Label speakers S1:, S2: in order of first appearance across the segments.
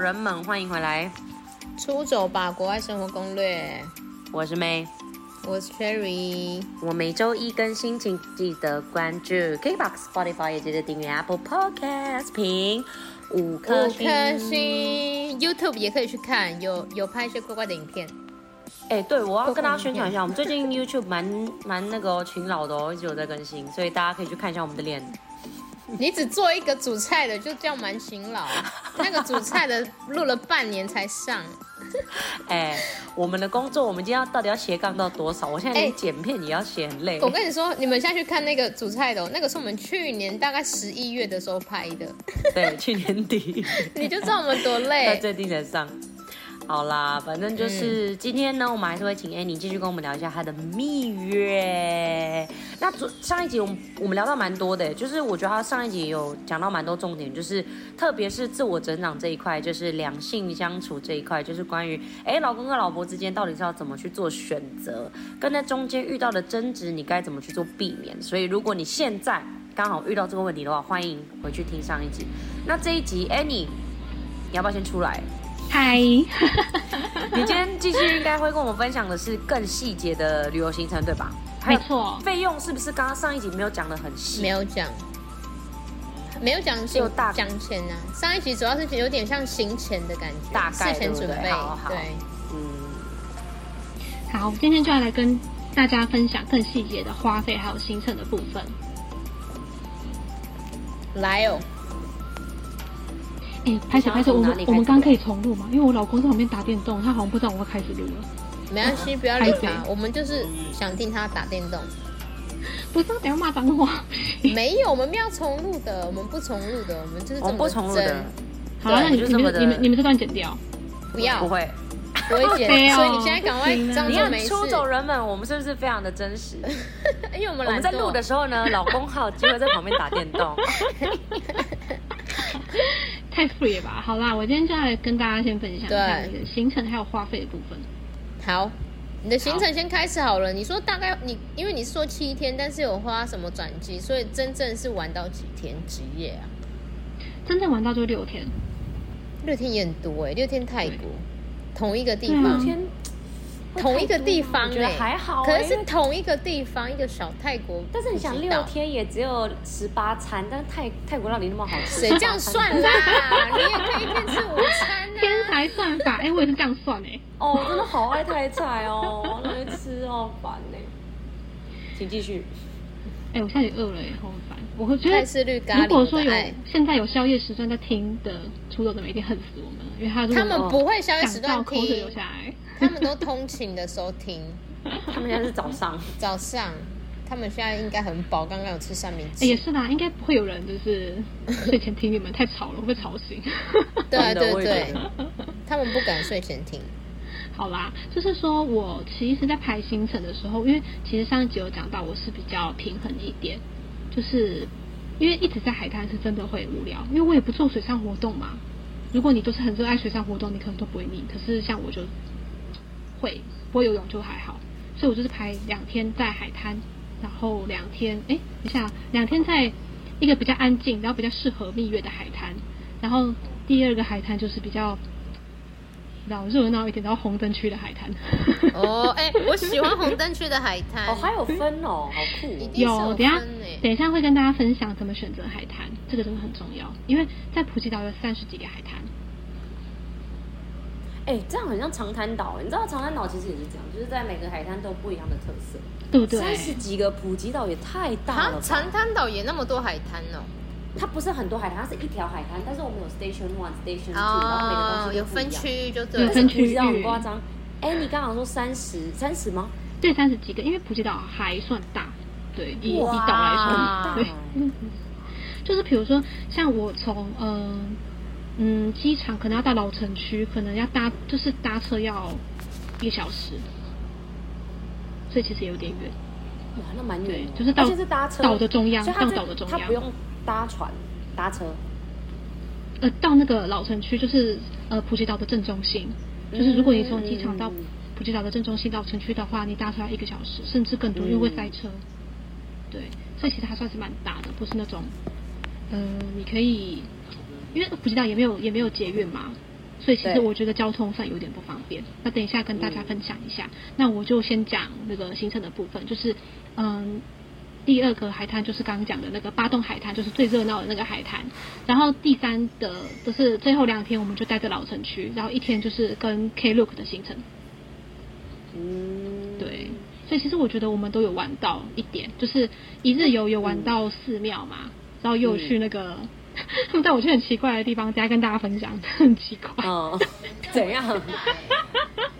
S1: 人们，欢迎回来，
S2: 出走吧，国外生活攻略。
S1: 我是 May，
S2: 我是 Cherry，
S1: 我每周一更新，请记得关注 KBox、Spotify，也记得订阅 Apple Podcast，评五颗
S2: 五
S1: 星。
S2: 颗星，YouTube 也可以去看，有有拍一些怪怪的 影片。
S1: 哎、对，我要跟大家宣传一下，我们最近 YouTube 蛮蛮那个哦勤劳的哦，一直有在更新，所以大家可以去看一下我们的脸。
S2: 你只做一个煮菜的，就这样蛮 勤劳。那个煮菜的录了半年才上，
S1: 哎、我们的工作，我们今天要到底要斜杠到多少？我现在连
S2: 哎
S1: 剪片也要写很累。
S2: 我跟你说，你们下去看那个煮菜的哦、那个是我们去年大概十一月的时候拍的，
S1: 对，去年底。
S2: 你就知道我们多
S1: 在
S2: 累。
S1: 最低才上。好啦，反正就是、今天呢，我们还是会请 Annie 继续跟我们聊一下她的蜜月。那昨上一集我们我们聊到蛮多的，欸就是我觉得她上一集有讲到蛮多重点，就是特别是自我成长这一块，就是两性相处这一块，就是关于哎老公跟老婆之间到底是要怎么去做选择，跟在中间遇到的争执你该怎么去做避免。所以如果你现在刚好遇到这个问题的话，欢迎回去听上一集。那这一集 Annie。你要不要先出来？
S3: 嗨，
S1: 你今天继续应该会跟我们分享的是更细节的旅游行程，对吧？还
S3: 没
S1: 有
S3: 错，
S1: 费用是不是刚刚上一集没有讲的很细？
S2: 没有讲，没有讲
S1: 就
S2: 行
S1: 大
S2: 讲钱呐、啊。上一集主要是有点像行前的感觉，
S1: 大概
S2: 事前准
S1: 对不
S2: 备，
S1: 对好好
S2: 对，
S1: 嗯，
S3: 好，我今天就要来跟大家分享更细节的花费还有行程的部分。
S2: 来哦，
S3: 哎、拍手拍手，我
S1: 你想要从哪
S3: 们
S1: 里开始
S3: 我们刚可以重录吗？因为我老公在旁边打电动，他好像不知道我们开始录了。
S2: 没关系，不要理
S3: 拍
S2: 他
S3: 谁，
S2: 我们就是想听他打电动。
S3: 不是，等一下骂脏 话。
S2: 没有，我们没有重录的，我们不重录的，我们就是这
S1: 我们
S2: 么
S1: 不重录的
S2: 真，，
S3: 好了，
S1: 对
S3: 那
S1: 我
S3: 你
S1: 就
S3: 你
S1: 这么
S3: 们
S1: 的
S3: 你们你们这段剪掉。
S2: 不要
S1: 不会。
S2: 不 会剪
S3: 没，有
S2: 所以你现在赶快
S3: 不
S2: 装
S1: 你
S2: 作
S1: 看
S2: 没事，哎
S1: 出走人们，我们是不是非常的真实？
S2: 因为我们
S1: 我
S2: 懒
S1: 们
S2: 惰
S1: 在录的时候呢，老公好机会在旁边打电 动。
S3: 太 free 了吧？好啦，我今天就要来跟大家先分享一下那个行程还有花费的部分。
S2: 好，你的行程先开始好了。你说大概你，因为你是说七天，但是有花什么转机，所以真正是玩到几天几夜啊？
S3: 真正玩到就六天，
S2: 六天也很多哎、六天泰国，同一个地
S3: 对
S2: 方
S3: 啊，
S1: 天，
S2: 同一个地方、欸，
S1: 我觉得还好、
S2: 可
S1: 欸，
S2: 是是嗯同一个地方，一个小泰国。
S1: 但是你想
S2: 不知
S1: 六
S2: 道，
S1: 天也只有十八餐，但是泰泰国料理那么好吃，
S2: 谁这样算啦？你也可以一天吃午餐啊。
S3: 天才算法，哎、我也是这样算哎、
S1: 哦，我真的好爱泰菜哦，那边吃好烦呢。请继续。
S3: 哎、我现在也饿了哎、好烦。我觉
S2: 泰
S3: 得
S2: 式绿咖喱，
S3: 如果说
S2: 我的
S3: 有
S2: 爱
S3: 现在有宵夜时段在听的出走的，每天恨死我们了，因为他如果
S2: 他们不会宵夜时
S3: 想到
S2: 段
S3: 口水流
S2: 听，
S3: 下来。
S2: 他们都通勤的时候听。
S1: 他们现在是早 上，
S2: 早上，他们现在应该很饱，刚刚有吃三明
S3: 哎
S2: 治。
S3: 也是啦，应该不会有人就是 睡前听你们太吵了，会被吵醒。
S2: 对
S1: 真的
S2: 对
S1: 我也觉，
S2: 对
S1: 得
S2: 他们不敢睡前听。
S3: 好啦，就是说我其实，在排行程的时候，因为其实上一集有讲到，我是比较平衡一点，就是因为一直在海滩是真的会无聊，因为我也不做水上活动嘛。如果你都是很热爱水上活动，你可能都不会腻。可是像我就会不会游泳就还好，所以我就是排两天在海滩，然后两天哎，等一下两天在一个比较安静，然后比较适合蜜月的海滩，然后第二个海滩就是比较然后热闹一点，然后红灯区的海滩。
S2: 哦，哎、我喜欢红灯区的海滩。
S1: 哦，还有分哦，好酷
S2: 一
S1: 哦。
S2: 定是
S3: 有，
S2: 有
S3: 等一下
S2: 分欸
S3: 等一下会跟大家分享怎么选择海滩，这个真的很重要，因为在普吉岛有三十几个海滩。
S1: 哎、这样很像长滩岛，你知道长滩岛其实也是这样，就是在每个海滩都有不一样的特色。
S3: 对不对？
S1: 三十几个普吉岛也太大了
S2: 啊，
S1: 吧
S2: 长？滩岛也那么多海滩哦。
S1: 它不是很多海滩，它是一条海滩，但是我们有 station one、station two，、然后每个东
S2: 哦
S1: 西，都
S2: 有
S1: 不一
S2: 分
S1: 样。
S2: 区域就对
S3: 有
S1: 但是
S3: 分
S2: 了。
S1: 普吉岛
S3: 区
S1: 很
S3: 域
S1: 夸张。哎、你刚刚说三十，三十吗？
S3: 对，三十几个，因为普吉岛还算大，对，以以岛
S1: 哇
S3: 来说，
S2: 啊
S1: 很
S3: 对
S1: 大。
S3: 就是比如说像我从嗯嗯机场可能要到老城区，可能要搭就是搭车要一个小时，所以其实有点远。
S1: 哇，那蛮远的，，
S3: 对就是到
S1: 而且是搭车
S3: 岛的中央，
S1: 所以它
S3: 到
S1: 这
S3: 岛的中
S1: 它
S3: 央，
S1: 不用搭船，搭车。
S3: 呃，到那个老城区，就是呃普吉岛的正中心。就是如果你从机场到
S1: 嗯
S3: 普吉岛的正中心到城区的话，你搭车要一个小时，甚至更多，
S1: 嗯
S3: 因为会塞车。对，所以其实还算是蛮大的，不是那种，呃，你可以，因为普吉岛也没有也没有捷运嘛，所以其实
S1: 对
S3: 我觉得交通上有点不方便。那等一下跟大家分享一下，那我就先讲那个行程的部分，就是嗯。第二个海滩就是刚刚讲的那个八洞海滩，就是最热闹的那个海滩。然后第三的就是最后两天，我们就待在老城区，然后一天就是跟 K Look 的行程。
S1: 嗯，
S3: 对，所以其实我觉得我们都有玩到一点，就是一日游有玩到寺庙嘛，
S1: 嗯
S3: 然后又有去那个， 他们带我去很奇怪的地方，等一下跟大家分享， 很奇怪。
S1: 嗯，怎样？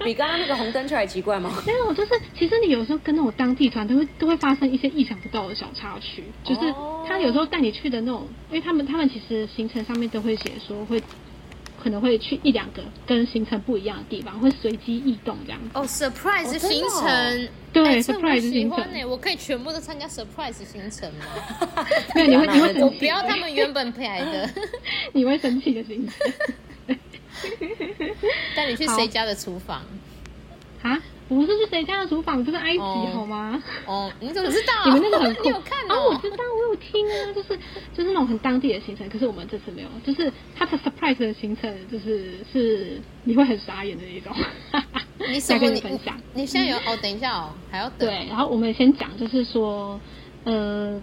S1: 比刚刚那个红灯区还奇怪吗？
S3: 没有，就是其实你有时候跟那种当地团都会都会发生一些意想不到的小插曲，就是
S1: 哦
S3: 他有时候带你去的那种，因为他们他们其实行程上面都会写说会可能会去一两个跟行程不一样的地方，会随机异动 这样子。
S2: 哦，surprise
S1: 哦真
S2: 行
S1: 的哦
S2: 程，
S3: 对
S2: 哎这我
S3: surprise
S2: 喜
S3: 行
S2: 欢
S3: 程
S2: 呢、我可以全部都参加 surprise 行程吗？
S3: 没有，你会你会
S1: 我
S3: 生
S2: 我
S3: 气，
S2: 不要他们原本排 的，
S3: 你会生气的行程
S2: 带你去
S3: 好
S2: 谁家的厨房？
S3: 啊！不是去谁家的厨房，就是埃及、
S2: 哦
S3: 好吗？
S2: 哦，你怎么知道？
S3: 你们那个很酷，
S2: 你有看
S3: 哦
S2: 哦
S3: 我？知道，我有听啊，就是就是那种很当地的行程，可是我们这次没有，就是它的 surprise 的行程，就是是你会很傻眼的那种。
S2: 你什
S3: 再
S2: 么？
S3: 跟你
S2: 你
S3: 分享。
S2: 你现在有哦？等一下哦，还要等。
S3: 对，然后我们先讲，就是说，呃，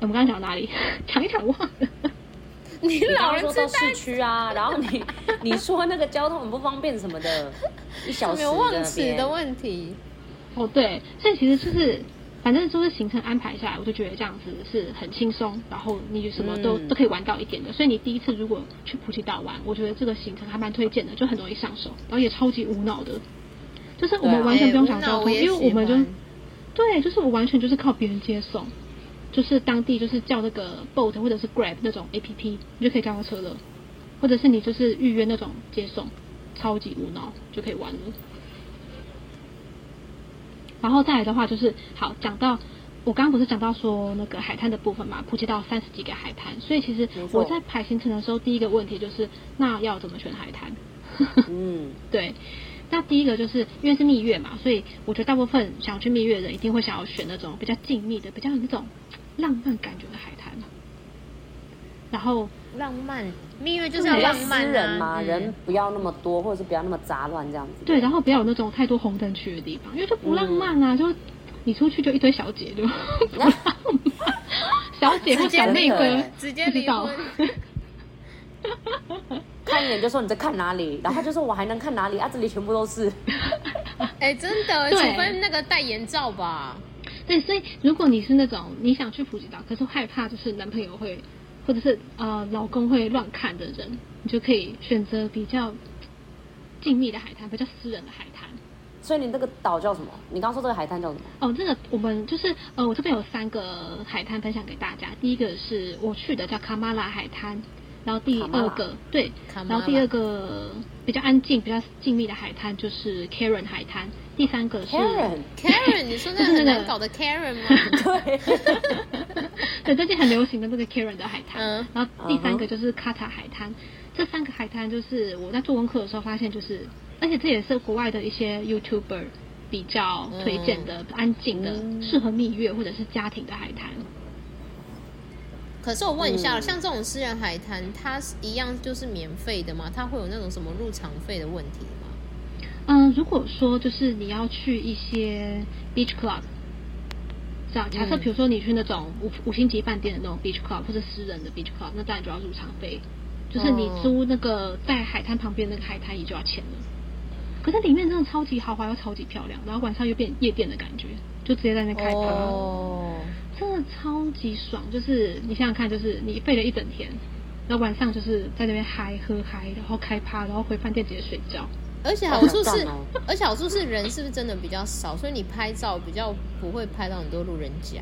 S3: 我们刚刚讲到哪里？ 讲一讲忘了。
S2: 你
S1: 你
S2: 老
S1: 刚刚说
S2: 人痴
S1: 到
S2: 呆
S1: 市区啊，然后你你说那个交通很不方便什么的，一小时
S2: 没有忘
S1: 在
S2: 词
S1: 那
S2: 的
S1: 边
S2: 问题。
S3: 哦，对，所以其实就是，反正就是行程安排下来，我就觉得这样子是很轻松，然后你什么都、
S1: 嗯
S3: 都可以玩到一点的。所以你第一次如果去普吉岛玩，我觉得这个行程还蛮推荐的，就很容易上手，然后也超级无脑的，就是我
S1: 对
S3: 们
S1: 啊
S3: 完全不用
S2: 哎
S3: 想
S2: 那
S3: 交通，
S2: 我也
S3: 因为我们就
S2: 喜欢
S3: 对，就是我完全就是靠别人接送，就是当地就是叫那个 boat 或者是 Grab 那种 A P P，你就可以叫到车了，或者是你就是预约那种接送，超级无脑就可以玩了。然后再来的话就是，好讲到我刚刚不是讲到说那个海滩的部分嘛，普及到三十几个海滩，所以其实
S1: 没错
S3: 我在排行程的时候，第一个问题就是，那要怎么选海滩？
S1: 嗯，
S3: 对，那第一个就是因为是蜜月嘛，所以我觉得大部分想要去蜜月的人一定会想要选那种比较静谧的、比较有那种浪漫感觉的海滩。啊然后
S2: 浪漫，蜜月就是
S1: 比
S2: 要
S1: 较
S2: 浪
S1: 私
S2: 漫啊
S1: 人嘛，
S2: 嗯
S1: 人不要那么多，或者是不要那么杂乱这样子。
S3: 对，然后不要有那种太多红灯区的地方，因为就不浪漫啊，就你出去就一堆小姐，就 不浪漫，小姐或
S2: 直接
S3: 小内
S1: 离
S3: 哥
S1: 婚，
S2: 直接
S3: 不知
S2: 离
S3: 道
S2: 婚。
S1: 看一眼就说你在看哪里，然后他就说我还能看哪里啊？这里全部都是。
S2: 哎、真的，除
S3: 对
S2: 非那个戴眼罩吧。
S3: 对，所以如果你是那种你想去普吉岛，可是害怕就是男朋友会，或者是呃老公会乱看的人，你就可以选择比较静谧的海滩，比较私人的海滩。
S1: 所以你那个岛叫什么？你刚刚说这个海滩叫什么？
S3: 哦，这个我们就是呃，我这边有三个海滩分享给大家。第一个是我去的叫卡马拉海滩，然后第二个对，
S2: 卡马拉
S3: 然后第二个比较安静、比较静谧的海滩就是 Karen 海滩，第三个 是
S1: Karen，
S2: Karen，你说那个很难搞的 Karen 吗？
S1: 对，
S3: 对，最近很流行的那个 Karen 的海滩，
S2: 嗯
S3: 然后第三个就是卡塔海滩，这三个海滩就是我在做功课的时候发现，就是而且这也是国外的一些 YouTuber 比较推荐的、安静的、适合蜜月或者是家庭的海滩。
S2: 可是我问一下，
S1: 嗯
S2: 像这种私人海滩，它是一样就是免费的吗？它会有那种什么入场费的问题吗？
S3: 嗯，如果说就是你要去一些 beach club。这样，假设
S2: 嗯
S3: 比如说你去那种五五星级饭店的那种 beach club 或者私人的 beach club，那当然就要入场费，就是你
S2: 哦
S3: 租那个在海滩旁边那个海滩椅就要钱了。可是里面真的超级豪华又超级漂亮，然后晚上又变夜店的感觉，就直接在那边开趴，
S2: 哦，
S3: 真的超级爽。就是你想想看，就是你费了一整天，然后晚上就是在那边嗨喝嗨，然后开趴，然后回饭店直接睡觉。
S2: 而且好处
S1: 好想
S2: 是
S1: 逛哦，
S2: 而且好处是人是不是真的比较少，所以你拍照比较不会拍到很多路人甲。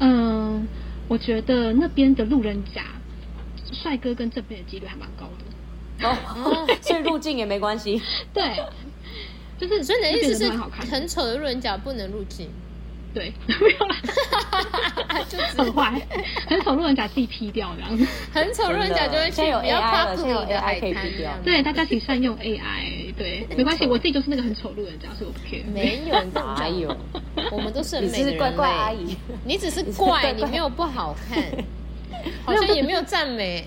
S3: 嗯，我觉得那边的路人甲，帅哥跟正面的几率还蛮高的。
S1: 哦，所以入境也没关 系。
S3: 对，就是
S2: 所以你的意思
S3: 那边
S2: 是
S3: 都蛮好看的，
S2: 很丑的路人甲不能入境？
S3: 对， 没有啦，
S2: 就只
S3: 很坏，很丑路人甲自己 P 掉这样子。
S2: 很丑，论讲就会去
S1: 现在有
S2: 比较
S1: AI 了
S2: popular
S1: 现在有
S2: 的
S1: AI
S2: 海
S1: 可以
S2: 滩
S1: 比较
S2: 啊
S3: 对，大家请善用 AI，对，没关系，我自己就是那个很丑路人甲，所以我不 care。
S2: 没 有，你这么
S1: 哪
S2: 讲
S1: 有？
S2: 我们都是很
S1: 哎你
S2: 美的
S1: 是
S2: 人
S1: 乖乖
S2: 类
S1: 阿姨。
S2: 你只是
S1: 你是
S2: 怪，
S1: 乖乖
S2: 你没有不好看。好像也没有赞美，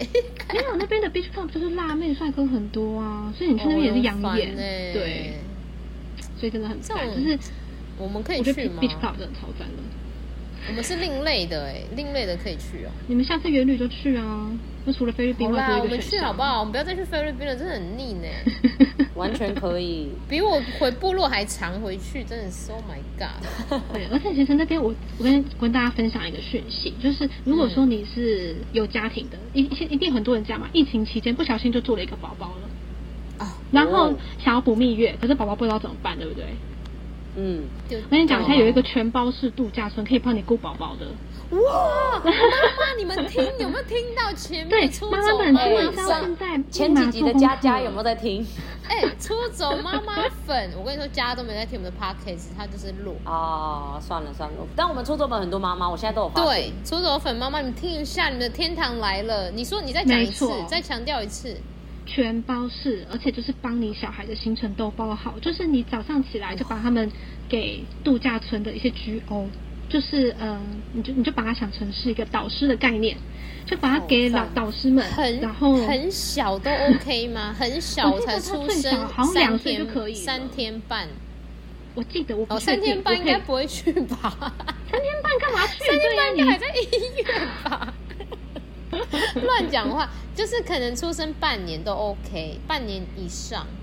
S3: 没有那边的 beach club 就是辣妹帅哥很多啊，所以你 去那边也是养眼，
S2: 哎，
S3: 对，所以真的很赞，
S2: 这
S3: 就
S2: 种
S3: 是
S2: 我们可以
S3: 我觉得
S2: 去
S3: beach
S2: 吗？
S3: beach club 真的超赞的。
S2: 我们是另类的哎，另类的可以去哦。
S3: 你们下次远旅就去啊，那除了菲律宾
S2: 好
S3: 外
S2: 啦，
S3: 多
S2: 我
S3: 一
S2: 们
S3: 个
S2: 去
S3: 选
S2: 好
S3: 项
S2: 不。好？我们不要再去菲律宾了，真的很腻 呢，
S1: 完全可以。
S2: 比我回部落还长回去，真的是 Oh my God！
S3: 对，而且其实那边我我跟我跟大家分享一个讯息，就是如果
S2: 嗯
S3: 说你是有家庭的，一一定很多人这样嘛，疫情期间不小心就做了一个宝宝了，
S2: 啊，
S3: 然后想要补蜜月，可是宝宝不知道怎么办，对不对？
S1: 嗯，
S2: 就
S3: 我跟你讲，
S2: 哦
S3: 它有一个全包式度假村，可以帮你顾宝宝的。
S2: 哇，哦妈妈，你们听有没有听到前
S3: 对
S2: 面出，
S3: 妈妈
S2: 走
S3: 们，听
S2: 妈
S3: 完
S1: 知
S3: 到
S1: 道
S2: 粉
S3: 现？在
S1: 前几集的
S3: 家
S1: 佳佳有没有在听？
S2: 哎、出走妈妈粉，我跟你说，家都没在听我们的 podcast，他就是录。
S1: 哦，算了算了，但我们出作本很多妈妈，我现在都有发现。
S2: 对，出走粉妈妈，你听一下，你们的天堂来了。你说你再讲一次
S3: 没错，
S2: 再强调一次，
S3: 全包式，而且就是帮你小孩的行程都包好，就是你早上起来就把他们给度假村的一些 GO，就是嗯、呃你就你就把它想成是一个导师的概念，就把它给老
S1: 好赞
S3: 导师们，
S2: 哦很
S3: 然后
S2: 很小都 OK 吗？很小
S3: 我记得
S2: 才
S3: 他
S2: 出
S3: 最
S2: 生
S3: 小，好像
S2: 三
S3: 两岁
S2: 天
S3: 就可以了
S2: 三天半。
S3: 我记得我不
S2: 哦，
S3: 确
S2: 三
S3: 定，
S2: 天半
S3: 我
S2: 应
S3: 可以
S2: 该不会去吧？
S3: 三天半干嘛去？
S2: 三天
S3: 对啊
S2: 半应该还在医院吧？乱讲话，就是可能出生半年都 OK，半年以上。
S3: 嗯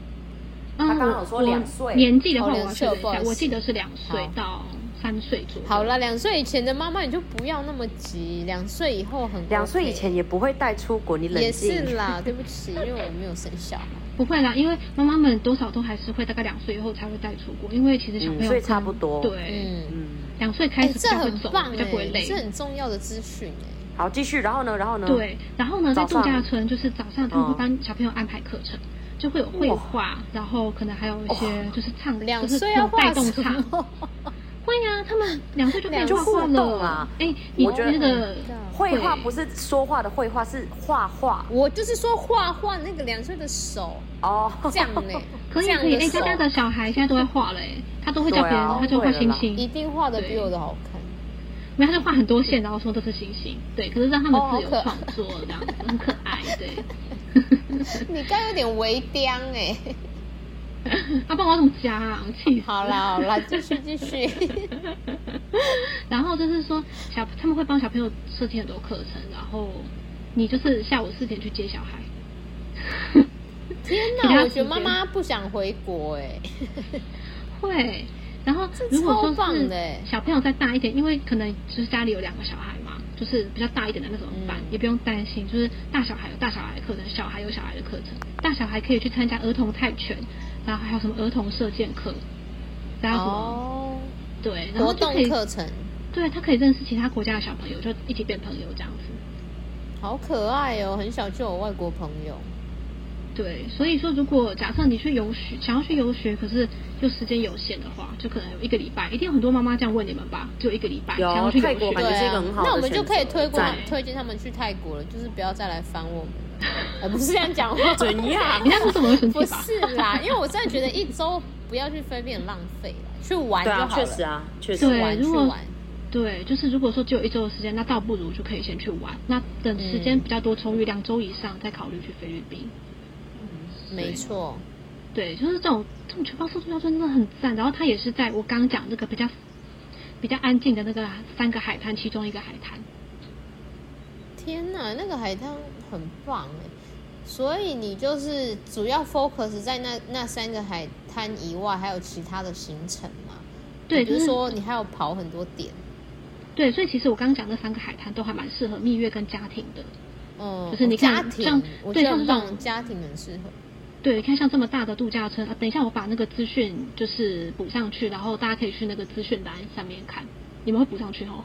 S1: 他刚刚
S3: 我
S1: 有说
S3: 我
S1: 两岁
S3: 年纪的话
S2: 哦
S3: 我
S2: 两
S3: 要
S2: 岁
S3: 确认一
S2: 不好
S3: 下，
S2: 意思
S3: 我记得是两岁
S2: 好
S3: 到三岁左右。
S2: 好了，两岁以前的妈妈你就不要那么急，两岁以后很 OK、
S1: 两岁以前也不会带出国，你冷
S2: 也
S1: 静。
S2: 是啦，对不起，因为我没有生小孩。
S3: 不会啦，因为妈妈们多少都还是会大概两岁以后才会带出国，因为其实小朋友
S1: 嗯所以
S3: 跟
S1: 差不多
S3: 对，
S2: 嗯，
S1: 嗯，
S3: 两岁开
S2: 哎、
S3: 始比
S2: 这
S3: 较会
S2: 很
S3: 走，
S2: 棒
S3: 比
S2: 哎、
S3: 较不会累。
S2: 这很重要的资讯哎。
S1: 好，继续。然后呢？然后呢？，
S3: 对，然后呢，在
S1: 早
S3: 度
S1: 上
S3: 假村就是早上他们会
S1: 嗯
S3: 帮小朋友安排课程，就会有绘画，然后可能还有一些就是唱，
S2: 两
S3: 就是
S2: 岁
S3: 那
S2: 要
S3: 种带
S2: 画
S3: 动
S2: 什
S3: 唱。
S2: 么？
S3: 会啊，他们两岁就可以
S1: 两岁
S3: 画画
S1: 互动
S3: 了
S1: 啊。
S3: 哎，你
S1: 我觉得
S3: 那个
S2: 嗯
S1: 绘画
S3: 对
S1: 不是说话的绘画，是画画
S2: 呃我就是说画画那个两岁的手
S1: 哦。
S2: 这样呢、
S3: 可以
S2: 这样
S3: 可以，
S2: 的
S3: 哎，
S2: 手
S3: 佳佳的小孩现在都会画了，哎，他都会教
S1: 对啊
S3: 别人，他就
S1: 会
S3: 画
S1: 了
S3: 星
S1: 啦
S3: 星
S2: 一，定画的比我的好看。
S3: 没有，他就画很多线，然后说这是星星，对，可是让他们
S2: 哦好
S3: 自由
S2: 可爱
S3: 创作这样子，很可爱，对。
S2: 你刚有点微刁哎、
S3: 他帮我怎么加啊？我气死！
S2: 好啦好啦，继续继 续。
S3: 然后就是说小他们会帮小朋友设计很多课程，然后你就是下午四点去接小孩。
S2: 天哪，我
S3: 其他
S2: 觉
S3: 时
S2: 得
S3: 间
S2: 妈妈不想回国哎、
S3: 会，然后
S2: 这
S3: 如果
S2: 超
S3: 说
S2: 棒
S3: 是
S2: 的欸
S3: 小朋友再大一点，因为可能就是家里有两个小孩嘛，就是比较大一点的那种班，
S2: 嗯
S3: 也不用担心，就是大小孩有大小孩的课程，小孩有小孩的课程，大小孩可以去参加儿童泰拳，然后还有什么儿童射箭课，然后什么、
S2: 哦，
S3: 对，然后
S2: 活
S3: 就
S2: 动
S3: 可以
S2: 课程
S3: 对他可以认识其他国家的小朋友，就一起变朋友这样子。
S2: 好可爱哦，很小就有外国朋友。
S3: 对，所以说如果假设你去游学，想要去游学，可是又时间有限的话，就可能有一个礼拜，一定有很多妈妈这样问你们吧，只有一个礼拜
S1: 有
S3: 想要去游
S1: 泰国
S3: 学
S1: 感
S2: 对
S1: 觉。
S2: 啊，
S1: 是一个很好的
S2: 那我们就可以推过
S1: 选
S3: 择
S2: 推荐他们去泰国了，就是不要再来烦我们了。 呃，不是这样讲话，
S1: 怎样
S3: 你？那时候怎么会生
S2: 不
S3: 气吧？
S2: 是啦，因为我真的觉得一周不要去分辨浪费了，去玩
S1: 对
S2: 就好
S1: 啊
S2: 了，，
S1: 确实啊，确
S2: 去
S1: 实
S3: 对。
S2: 玩
S3: 如
S2: 去
S3: 果
S2: 玩。
S3: 对，就是如果说只有一周的时间，那倒不如就可以先去玩，那等时间比较多充裕，两周以上再考虑去菲律宾。
S2: 嗯没错，
S3: 对，就是这种这种全包式度假村真的很赞。然后它也是在我刚刚讲那个比较比较安静的那个三个海滩其中一个海滩。
S2: 天哪，那个海滩很棒哎！所以你就是主要 focus 在那那三个海滩以外，还有其他的行程嘛？
S3: 对，
S2: 比
S3: 就
S2: 如
S3: 是
S2: 说你还有跑很多点，
S3: 对，所以其实我刚刚讲那三个海滩都还蛮适合蜜月跟家庭的。
S2: 嗯，
S3: 就是你
S2: 家
S3: 看像
S2: 庭，我觉
S3: 对
S2: 得
S3: 像
S2: 很
S3: 这种
S2: 棒，家庭很适合。
S3: 对，你看像这么大的度假村啊，等一下我把那个资讯就是补上去，然后大家可以去那个资讯栏上面看，你们会补上去哦。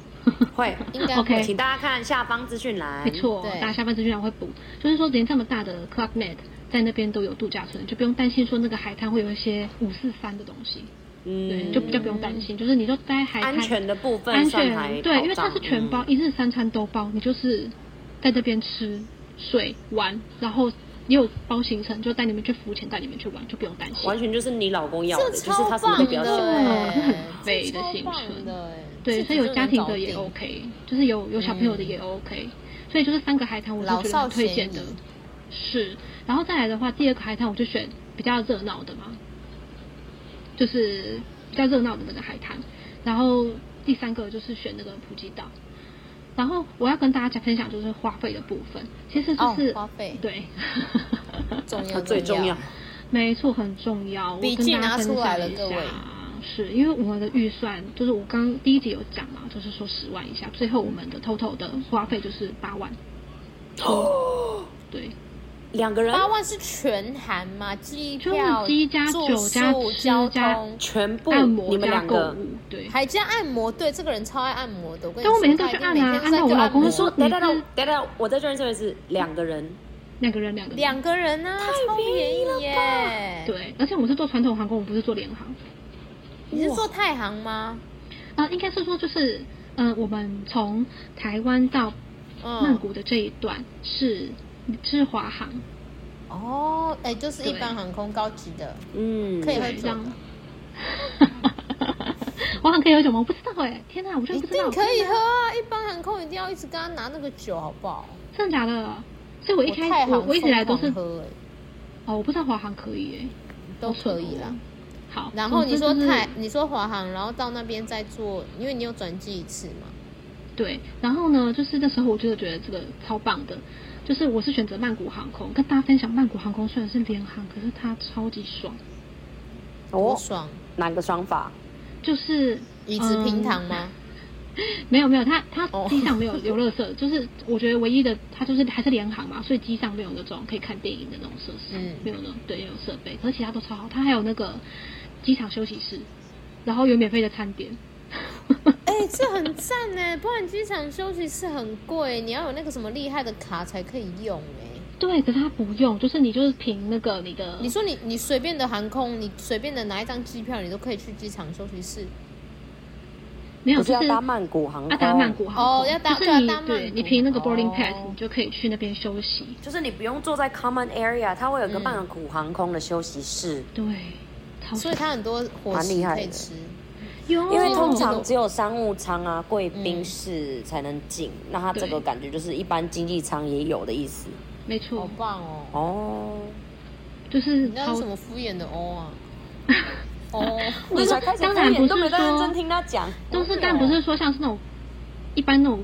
S1: 会，
S2: 应 该
S3: OK
S1: 请大家看下方资讯栏。
S3: 没，错，
S2: 对
S3: 大家下班资讯栏会补，就是说连这么大的 Club Med 在那边都有度假村，就不用担心说那个海滩会有一些五四三的东西，对，
S1: 嗯，
S3: 就比较不用担心，就是你就待海滩
S1: 安全的部分
S3: 安
S1: 算还
S3: 全，对，因为它
S1: 保障
S3: 是全包，
S1: 嗯
S3: 一日三餐都包，你就是在这边吃、睡、玩，然后也有包行程，就带你们去浮潜，带你们去玩，就不用担心。
S1: 完全就是你老公要的，
S2: 这
S1: 就是
S2: 超
S1: 他什么
S2: 棒
S1: 都
S2: 的
S1: 不要
S3: 是
S1: 想。
S2: 欸，
S3: 这很
S2: 这
S3: 肥的
S2: 超
S3: 行
S2: 棒
S3: 程
S2: 的欸
S3: 对，
S2: 自己
S3: 所以有
S2: 就
S3: 家
S2: 能
S3: 庭
S2: 搞
S3: 的也
S2: 定
S3: OK，就是有有小朋友的也 OK，、所以就是三个海滩我
S2: 老
S3: 是觉得
S2: 少
S3: 很推
S2: 咸
S3: 荐
S2: 宜
S3: 的。，是，然后再来的话，第二个海滩我就选比较热闹的嘛，就是比较热闹的那个海滩。然后第三个就是选那个普吉岛。然后我要跟大家讲分享就是花费的部分，其实就
S2: 哦
S3: 是、
S2: 花费
S3: 对，
S2: 重
S1: 它
S2: 要
S1: 最重要。
S3: 没错，很重要。我
S2: 笔
S3: 跟
S2: 记
S3: 大家
S2: 拿
S3: 分
S2: 出来
S3: 享
S2: 了
S3: 一
S2: 各
S3: 下
S2: 位
S3: 是因为我们的预算，就是我刚第一集有讲嘛，就是说十万以下，最后我们的 total 的花费就是八万。对，
S1: 两个人
S2: 八万是全含嘛？机
S3: 就是
S2: 票、
S3: 机加
S2: 住
S3: 酒加
S2: 宿、
S3: 吃
S2: 交
S3: 加
S2: 通，
S1: 全部
S3: 按摩
S1: 你们
S3: 加
S1: 两
S3: 购
S1: 个，
S3: 物，对，
S2: 还加按摩。对，这个人超爱按摩的。我跟你
S3: 但
S2: 说，
S3: 我每天都
S2: 他
S3: 去
S2: 一定
S3: 按
S2: 每
S3: 啊
S2: 天都
S3: 按
S2: 在
S3: 到我
S2: 给
S3: 老
S2: 按
S3: 公
S2: 摩
S3: 就说嗯
S1: 等
S3: 你
S1: 等等
S3: 是
S1: 等等，我再确认这一次，两个人
S3: 两个人两个人。
S2: 两个人啊，超便宜耶！，
S3: 对，而且我们是做传统航空，我们不是做联航。
S2: 你是做太行吗？
S3: 呃，应该是说就是，呃，我们从台湾到
S2: 嗯，
S3: 曼谷的这一段是、是华航，
S2: 哦，哎，就是一
S3: 对
S2: 般航空高级的，
S1: 嗯，
S2: 可以
S3: 对
S2: 喝，酒
S3: 这样
S2: 的。
S3: 华航可以喝酒吗？我不知道哎、天哪，我真
S2: 一
S3: 的不知道。
S2: 定可以喝啊！一般航空一定要一直跟他拿那个酒，好不好？
S3: 真的假的？所以我一
S2: 我太
S3: 开始
S2: 行
S3: 我我一直以来都是
S2: 疯狂喝，哎，
S3: 哦，我不知道华航可以哎、
S2: 都可以啦。
S3: 好，
S2: 然后
S3: 总之
S2: 你说
S3: 就是
S2: 太，你说华航，然后到那边再做，因为你有转机一次嘛。
S3: 对，然后呢，就是那时候我就觉得这个超棒的，就是我是选择曼谷航空，跟大家分享曼谷航空虽然是联航，可是它超级爽，
S2: 多
S1: 哦，
S2: 爽！
S1: 哪个爽法？
S3: 就是
S2: 椅子平躺吗？
S3: 嗯没有没有，它它
S2: 哦
S3: 机上没有游乐设，就是我觉得唯一的它就是还是联航嘛，所以机上没有那种可以看电影的那种设施，
S2: 嗯
S3: 没有那种对没有设备，可是其他都超好，它还有那个机场休息室，然后有免费的餐点。嗯
S2: 哎、这很赞呢，不然机场休息室很贵，你要有那个什么厉害的卡才可以用哎。
S3: 对，可是它不用，就是你就是凭那个你的
S2: 你说你你随便的航空，你随便的拿一张机票，你都可以去机场休息室。
S3: 没有
S1: 不是
S3: 就
S1: 要
S3: 是
S1: 搭曼谷航
S3: 要
S1: 空，
S3: 搭曼谷航空
S2: 哦要搭
S3: 就
S2: 对啊
S3: 是你
S2: 搭曼
S3: 对
S2: 谷
S3: 你凭那个 boarding
S2: 哦
S3: pass，、你就可以去那边休息。
S1: 就是你不用坐在 common area，它会有个
S2: 嗯
S1: 曼谷航空的休息室，
S3: 对，超
S2: 所以它很多伙
S1: 蛮
S2: 食
S1: 厉害的
S2: 可以吃。
S3: 有
S1: 因为通
S2: 这
S1: 常
S2: 个
S1: 只有商务舱啊、贵宾室才能进，那它这个
S3: 对
S1: 感觉就是一般经济舱也有的意思
S3: 没
S2: 好
S3: 错，
S2: 棒哦！
S1: 哦。
S3: 就是
S2: 你那
S3: 超
S2: 是什么敷衍的哦 啊？哦，
S1: 你才开始敷
S3: 当然不
S1: 衍，
S3: 是
S1: 都没在认真
S3: 说
S1: 听他讲，
S3: 都是，
S2: 啊
S3: 但不是说像是那种一般那种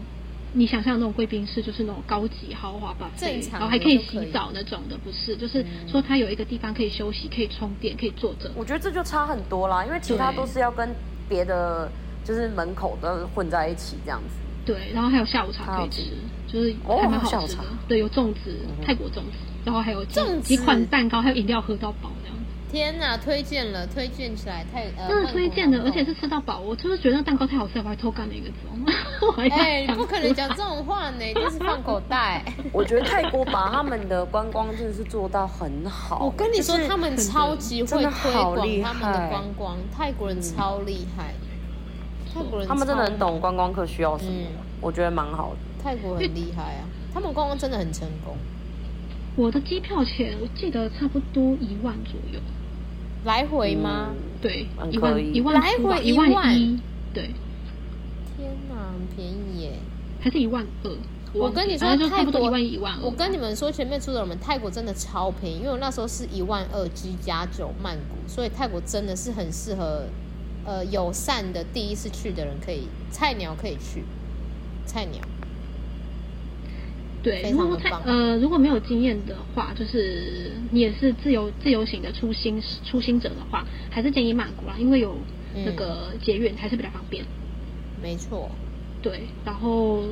S3: 你想象的那种贵宾室，就是那种高级豪华吧，
S2: 正常的
S3: 然后还可以
S2: 就可以
S3: 洗澡那种的，不是？就是
S2: 嗯
S3: 说它有一个地方可以休息，可以充电，可以坐着。
S1: 我觉得这就差很多啦，因为其他
S3: 对
S1: 都是要跟别的就是门口都混在一起这样子。
S3: 对，然后还有下午茶可以吃，就是
S1: 哦
S3: 还蛮好吃
S1: 下
S3: 的
S1: 午茶。
S3: 对，有粽子，泰国粽子，然后还有几
S2: 嗯粽子
S3: 几款蛋糕，还有饮料喝到饱这样。
S2: 天哪，推荐了，推荐起来太呃，
S3: 真的推荐的，
S2: 曼
S3: 而
S2: 谷
S3: 且
S2: 航空
S3: 是吃到饱。我就是觉得那蛋糕太好吃了，我还偷干了一个哦粽。我还想
S2: 哎、你不可能讲
S3: 出
S2: 这
S3: 来
S2: 种话 呢，就是放口袋。
S1: 我觉得泰国把他们的观光真的是做到很好。
S2: 我跟你说，
S1: 就是
S2: 他们超级会推广他们的观光，泰国
S3: 嗯
S2: 人超厉害，泰国人
S1: 他们真的很
S2: 超，
S1: 懂观光客需要什么，
S2: 嗯
S1: 我觉得蛮好的。
S2: 泰国很厉害啊，他们观光真的很成功，
S3: 我的机票钱，我记得差不多一万左右。
S2: 来回吗？
S1: 嗯
S3: 对
S1: 很，
S3: 一
S1: 可
S3: 万
S1: 以
S3: 一万
S2: 来
S3: 出吧
S2: 回
S3: 一
S2: 一万
S3: 一，对，嗯
S2: 天哪，很便宜耶！
S3: 还是一万二。
S2: 我
S3: 忘记
S2: 跟你说
S3: 反正就
S2: 泰
S3: 差不多
S2: 国
S3: 一万一一万二。
S2: 我跟你们说，前面出的我们泰国真的超便宜，因为我那时候是一万二居加九曼谷，所以泰国真的是很适合，呃，友善的第一次去的人可以，菜鸟可以去，菜鸟。
S3: 对，
S2: 非
S3: 如
S2: 常
S3: 果
S2: 的
S3: 泰
S2: 棒
S3: 呃如果没有经验的话，就是你也是自由自由行的初心初心者的话，还是建议曼谷啦，因为有那个捷运还是比较方便。
S2: 没错，
S3: 对，然后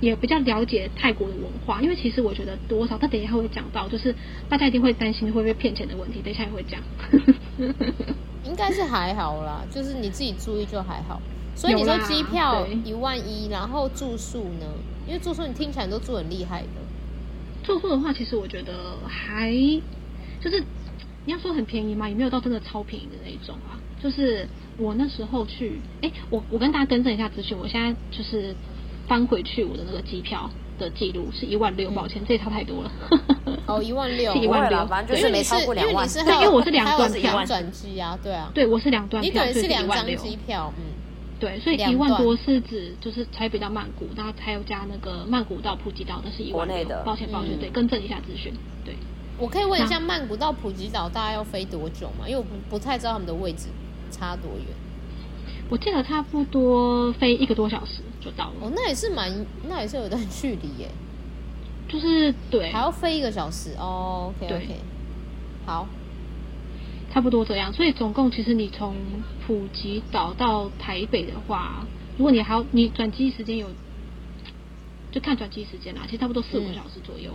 S3: 也比较了解泰国的文化，因为其实我觉得多少，他等一下会讲到，就是大家一定会担心会不会骗钱的问题，等一下也会讲。
S2: 应该是还好啦，就是你自己注意就还好。所以你说
S3: 有啦
S2: 机票
S3: 对
S2: 一万一，然后住宿呢？因为住宿你听起来都住很厉害的，
S3: 住宿的话，其实我觉得还就是你要说很便宜嘛，也没有到真的超便宜的那一种啊。就是我那时候去，哎，我我跟大家更正一下资讯，我现在就是翻回去我的那个机票的记录是一万六，抱歉，这一套太多了。
S2: 哦，一万六，
S3: 是一
S1: 不
S3: 万
S1: 会
S3: 六
S1: 啦，反正就
S2: 因为
S1: 没
S2: 你是
S1: 超过
S2: 因
S1: 两
S2: 为
S1: 万
S2: 你。是
S3: 对因为我是两
S2: 还有
S3: 段
S2: 还有
S3: 票
S2: 两转机啊，对啊，
S3: 对，我是两段
S2: 你
S3: 票，
S2: 等于
S3: 所以
S2: 是两
S3: 一万
S2: 张
S3: 六。
S2: 机票，嗯，
S3: 对，所以
S2: 两
S3: 一万
S2: 段
S3: 多是指就是台北到曼谷，然后还有加那个曼谷到普吉岛，那是一万
S1: 国内的
S3: 抱歉抱歉，
S2: 嗯
S3: 对，更正一下资讯，对，
S2: 我可以问一下，
S3: 那
S2: 曼谷到普吉岛大概要飞多久吗？因为我不不太知道他们的位置差多远。
S3: 我记得差不多飞一个多小时就到了，
S2: 哦，那也是蛮，那也是有一段距离耶，
S3: 就是对
S2: 还，要飞一个小时哦。OK
S3: 对
S2: OK，好，
S3: 差不多这样。所以总共其实你从普吉岛到台北的话，如果你还要你转机时间有，就看转机时间啦，其实差不多四五个
S2: 嗯
S3: 小时左右。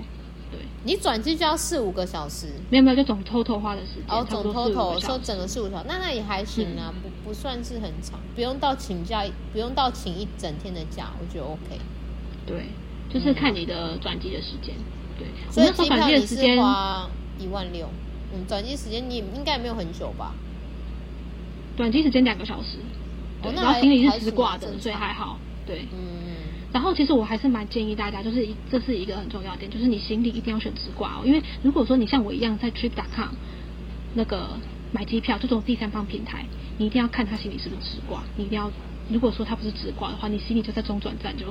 S3: 对，
S2: 你转机就要四五个小时，
S3: 没有没有，就总 total 花的时间，
S2: 然后
S3: 差
S2: 哦总
S3: 不多四五
S2: total 说
S3: 个小时。嗯
S2: 整个四五小时，那那也还行啊，不不算是很长，不用到请假，不用到请一整天的假，我觉得 OK。
S3: 对，就是看你的转机的时间。对，
S2: 所
S3: 我
S2: 以
S3: 那
S2: 机
S3: 时候转
S2: 票
S3: 机
S2: 你
S3: 的时间
S2: 是花一万六，嗯，转机时间你应该没有很久吧？
S3: 短期时间两个小时，对，
S2: 哦那
S3: 然后
S2: 还
S3: 行李
S2: 还
S3: 是直挂
S2: 行
S3: 的，
S2: 正
S3: 所以
S2: 常
S3: 还好。对，
S2: 嗯，
S3: 然后其实我还是蛮建议大家，就是一这是一个很重要的点，就是你行李一定要选直挂哦，因为如果说你像我一样在 Trip.com 那个买机票这种第三方平台，你一定要看他行李是不是直挂，你一定要。如果说他不是直挂的话，你行李就在中转站就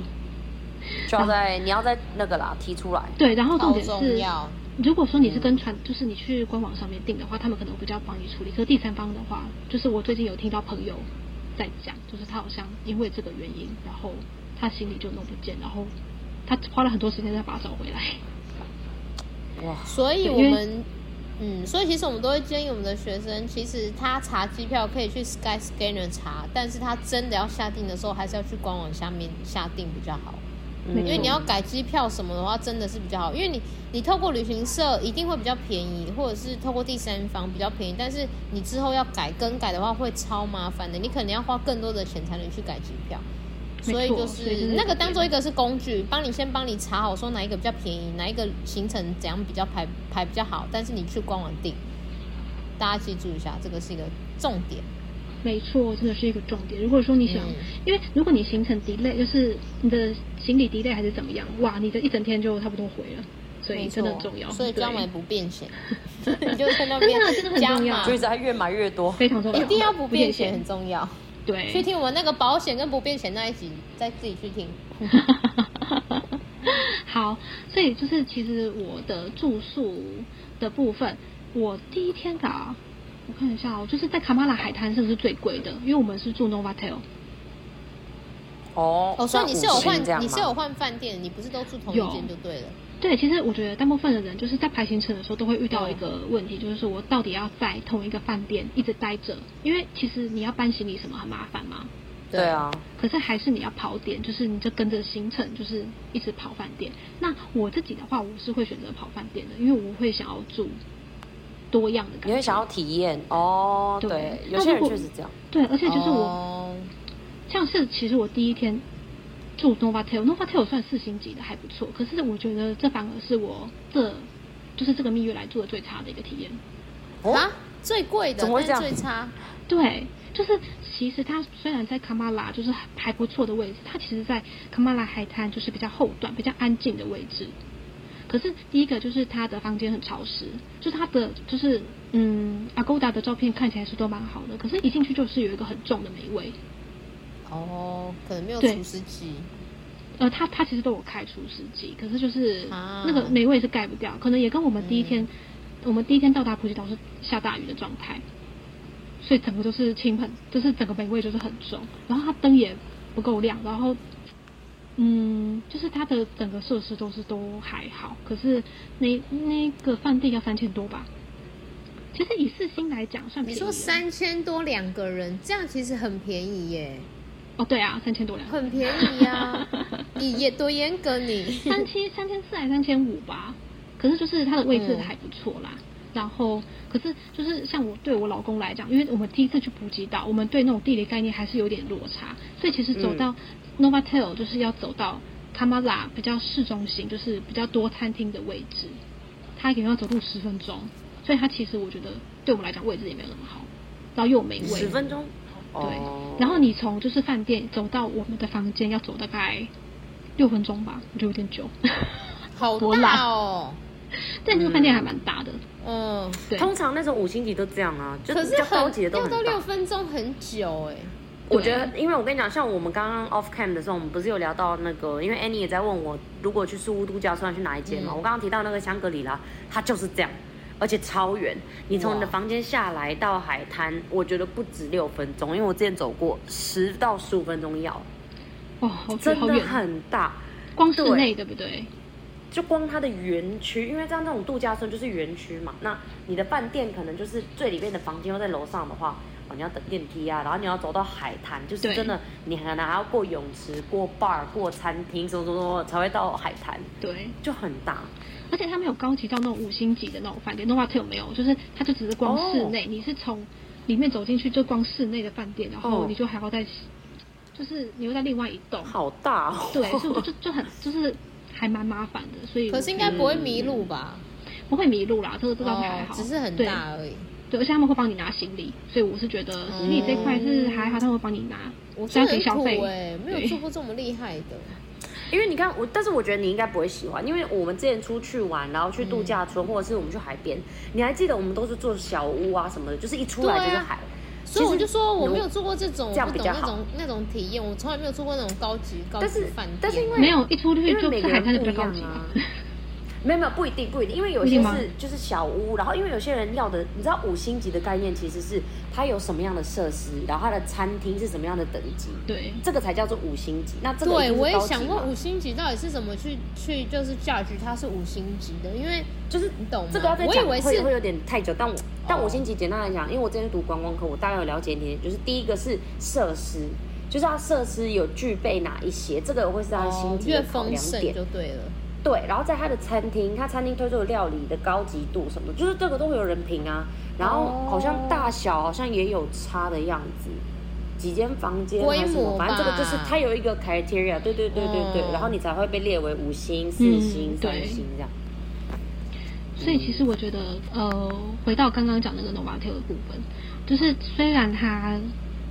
S1: 就要 在你要在那个啦提出来。
S3: 对。然后重
S2: 好
S3: 点
S2: 重
S3: 是，
S2: 要。
S3: 如果说你是跟船，就是你去官网上面订的话，他们可能比较帮你处理。可是第三方的话，就是我最近有听到朋友在讲，就是他好像因为这个原因，然后他行李就弄不见，然后他花了很多时间才把它找回来。
S1: 哇，
S2: 所以
S3: 对
S2: 我
S3: 因为
S2: 们，嗯，所以其实我们都会建议我们的学生，其实他查机票可以去 Skyscanner 查，但是他真的要下定的时候，还是要去官网下面下定比较好。
S1: 嗯
S2: 因为你要改机票什么的话，真的是比较好，因为你你透过旅行社一定会比较便宜，或者是透过第三方比较便宜，但是你之后要改更改的话会超麻烦的，你可能要花更多的钱才能去改机票。
S3: 没错
S2: 所以就
S3: 所以就是是
S2: 那个当做一个是工具，帮你先帮你查好说哪一个比较便宜，哪一个行程怎样比较排排比较好，但是你去官网订，大家记住一下，这个是一个重点。
S3: 没错，真的是一个重点。如果说你想，
S2: 嗯
S3: 因为如果你行程 delay，就是你的行李 delay 还是怎么样，哇，你的一整天就差不多毁了。所以
S2: 没
S3: 真的很
S2: 错
S3: 重要，
S2: 所以
S3: 对
S2: 专买不 变现，你就在那边
S3: 真的真的很
S2: 加
S3: 重要
S2: 码
S1: 就一直在越买越多。
S3: 非常重要，
S2: 一定要不变
S3: 现
S2: 险很重要。
S3: 对，
S2: 去听我们那个保险跟不变险那一集，再自己去听。
S3: 好，所以就是其实我的住宿的部分，我第一天搞，我看一下哦，就是在卡马拉海滩是不是最贵的？因为我们是住 Novotel，
S1: 哦
S2: 哦，所以你是有
S1: 那五星这样吗
S2: 换，你是有换饭店，你不是都住同一间就对了。
S3: 对，其实我觉得大部分的人就是在排行程的时候都会遇到一个问题，就是说我到底要在同一个饭店一直待着，因为其实你要搬行李什么很麻烦嘛，
S1: 对，啊，
S3: 可是还是你要跑点，就是你就跟着行程，就是一直跑饭店。那我自己的话，我是会选择跑饭店的，因为我会想要住多样的感
S1: 你
S3: 觉。
S1: 会想要体验哦。
S3: 对
S1: 对，
S3: 那
S1: 有些人
S3: 如果
S1: 确实这样。
S3: 对，而且就是我、
S2: 哦
S3: 像是其实我第一天住 Novotel，Novotel 算四星级的还不错，可是我觉得这反而是我这就是这个蜜月来住的最差的一个体验。
S1: 哦
S2: 啊，最贵的，
S1: 怎么会这
S2: 但
S1: 样
S2: 最差？
S3: 对，就是其实它虽然在卡马拉就是还不错的位置，它其实在卡马拉海滩就是比较后段、比较安静的位置。可是第一个就是它的房间很潮湿，就是它的就是嗯，Agoda 的照片看起来是都蛮好的，可是一进去就是有一个很重的霉味。
S2: 哦，可能没有
S3: 对
S2: 厨师机。
S3: 呃，它它其实都有开除湿机，可是就是
S2: 啊嗯
S3: 那个霉味是盖不掉，可能也跟我们第一天、我们第一天到达普吉岛是下大雨的状态，所以整个都是倾盆，就是整个霉味就是很重，然后它灯也不够亮，然后嗯，就是它的整个设施都是都还好，可是那那个饭店要三千多吧，其实以四星来讲算
S2: 你
S3: 便宜啊
S2: 说
S3: 了
S2: 三千多两个人，这样其实很便宜 耶，
S3: 哦对啊，三千多两个
S2: 很便宜 啊！你也多严格你。
S3: 三千三千四还三千五吧，可是就是它的位置
S2: 嗯
S3: 还不错啦。然后，可是就是像我对我老公来讲，因为我们第一次去普吉岛，我们对那种地理概念还是有点落差，所以其实
S1: 嗯
S3: 走到 Novotel 就是要走到 Kamala 比较市中心，就是比较多餐厅的位置，它可能要走路十分钟，所以它其实我觉得对我们来讲位置也没有那么好，然后又没位
S1: 十，分钟。哦
S3: 对，然后你从就是饭店走到我们的房间要走大概六分钟吧，我觉得有点久。
S2: 好
S3: 多
S2: 大
S3: 辣
S2: 哦，
S3: 但那个饭店还蛮大的，
S2: 嗯，
S3: 对，
S1: 通常那种五星级都这样啊，就
S2: 可
S1: 比
S2: 是
S1: 较
S2: 很
S1: 高级的都
S2: 六
S1: 很
S2: 到
S1: 大
S3: 嗯
S2: 六分钟很久哎，
S1: 我觉得，因为我跟你讲，像我们刚刚 off cam 的时候，我们不是有聊到那个，因为 Annie 也在问我，如果去苏屋度假村要去哪一间嘛？
S2: 嗯
S1: 我刚刚提到那个香格里拉，它就是这样，而且超远，你从你的
S2: 哇
S1: 房间下来到海滩，我觉得不止六分钟，因为我之前走过，十到十五分钟要，
S3: 哇，好
S1: 真
S3: 远好
S1: 的
S3: 远，
S1: 很大。
S3: 光室
S1: 对
S3: 内对不对？
S1: 就光它的园区，因为像这种度假村就是园区嘛，那你的饭店可能就是最里面的房间又在楼上的话，哦，你要等电梯啊，然后你要走到海滩，就是
S3: 对
S1: 真的，你可能还要过泳池、过 bar、过餐厅，什么什么什么才会到海滩，
S3: 对，
S1: 就很大。
S3: 而且他们有高级到那种五星级的那种饭店，Novotel 没有，就是它就只是光室内，你是从里面走进去就光室内的饭店，然后
S1: 哦
S3: 你就还要在，就是你又在另外一栋，
S1: 好大哦！
S3: 对，所以我就就就很就是还蛮麻烦的，所以
S2: 可是应该不会迷路吧？
S3: 嗯不会迷路啦，这个这倒是还
S2: 哦
S3: 好，，
S2: 只是很
S3: 对
S2: 大而已。
S3: 对，而且他们会帮你拿行李，所以我是觉
S1: 嗯
S3: 得行李这块是还好，他们会帮你拿，
S2: 我
S3: 只要
S2: 真的
S3: 给
S2: 很
S3: 小
S2: 苦
S3: 费。
S1: 欸
S2: 哎、没有
S3: 对
S2: 做过这么厉害的。
S1: 因为你看我，但是我觉得你应该不会喜欢，因为我们之前出去玩，然后去度假村，或者是我们去海边，你还记得我们都是住小屋啊什么的，就是一出来
S2: 对啊
S1: 就是海，
S2: 所以我
S1: 其
S2: 就
S1: 实
S2: 说我
S1: 如
S2: 没有做过这种，
S1: 这样
S2: 我
S1: 比
S2: 不懂
S1: 较
S2: 那
S1: 好
S2: 种那种体验，我从来没有做过那种高级高
S1: 但
S2: 级
S1: 是
S2: 饭店。
S1: 但是因为
S3: 没有一出去
S1: 因为
S3: 就
S1: 每
S3: 在
S1: 个
S3: 海
S1: 人不
S3: 滩就比
S1: 一
S3: 较高
S1: 样
S3: 级
S1: 啊
S3: 了。。
S1: 没有没有不一定不一定，因为有
S3: 不一
S1: 些
S3: 定吗
S1: 是就是小屋，然后因为有些人要的，你知道五星级的概念其实是它有什么样的设施，然后它的餐厅是什么样的等级，
S3: 对，
S1: 这个才叫做五星级。那这个
S2: 对，
S1: 一定是
S2: 我也
S1: 高级
S2: 想
S1: 嘛
S2: 问五星级到底是怎么去去就是 judge 它是五星级的，因为
S1: 就是
S2: 你懂吗？
S1: 这个要再
S2: 我以
S1: 讲
S2: 为
S1: 会
S2: 是
S1: 会有点太久，但我但
S2: 哦
S1: 五星级简单来讲，因为我之前读观光科，我大概有了解一点，就是第一个是设施，就是它设施有具备哪一些，这个会是它的星
S2: 哦
S1: 级
S2: 越
S1: 的考
S2: 丰
S1: 量
S2: 盛
S1: 点。
S2: 就对了。
S1: 对，然后在他的餐厅，他餐厅推出的料理的高级度什么，就是这个都会有人评啊。然后好像大小好像也有差的样子，几间房间还是什
S2: 规
S1: 么，
S2: 模
S1: 反正这个就是
S2: 吧
S1: 它有一个 criteria，对对对对对，
S2: 嗯
S1: 然后你才会被列为五星、四星、
S3: 嗯
S1: 三
S3: 对
S1: 星这样。
S3: 所以其实我觉得，呃，回到刚刚讲那个 Novotel 的部分，就是虽然它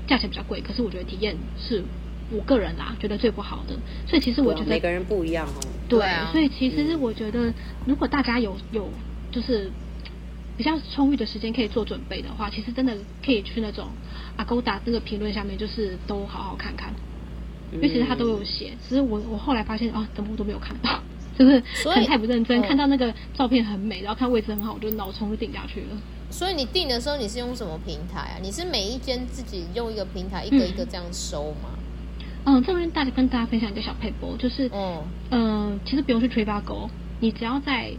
S3: 价钱比较贵，可是我觉得体验是我个人啦觉得最不好的。所以其实我
S1: 对啊
S3: 觉得
S1: 每个人不一样哦。
S3: 对，
S2: 对啊
S3: 所以其实我觉得，如果大家有有就是比较充裕的时间可以做准备的话，其实真的可以去那种 Agoda 那个评论下面，就是都好好看看，因为其实他都有
S1: 嗯
S3: 写，只是我我后来发现啊，怎么我都没有看到， 就是
S2: 所
S3: 可
S2: 以
S3: 能太不认真，
S2: 嗯
S3: 看到那个照片很美，然后看位置很好，我就脑冲就顶下去了。
S2: 所以你订的时候你是用什么平台啊？你是每一间自己用一个平台一个一个这样收吗？
S3: 嗯，这边大家跟大家分享一个小配播，就是
S2: 嗯，
S3: 嗯，其实不用去 t r i p a g o 你只要在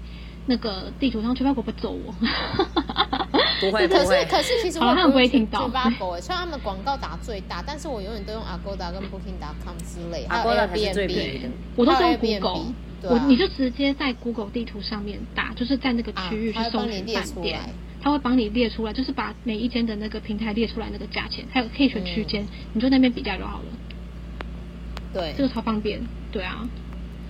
S3: 那个地图上 t r i p a g o 不走我。
S1: 不会不
S2: 可是
S1: 会，
S2: 可是其实
S3: 好
S2: 我
S3: 他们不会听到
S2: 去八狗，虽然他们广告打最大，但是我永远都用 Agoda 跟 Booking.com 之类，还有
S1: Agoda 才是最便宜
S2: Airbnb，
S1: 的
S3: 我都是
S2: 还
S3: 用
S2: 有
S3: Google，、
S2: Airbnb，对
S3: 我
S2: 啊，
S3: 你就直接在 Google 地图上面打，就是在那个区域去
S2: 啊它会
S3: 搜
S2: 帮你
S3: 寻
S2: 列
S3: 饭
S2: 出
S3: 店
S2: 来，
S3: 它会帮你列出来，就是把每一间的那个平台列出来那个价钱，还有可以选
S2: 嗯
S3: 区间，你就那边比价就好了，
S2: 对
S3: 这，个超方便。对啊，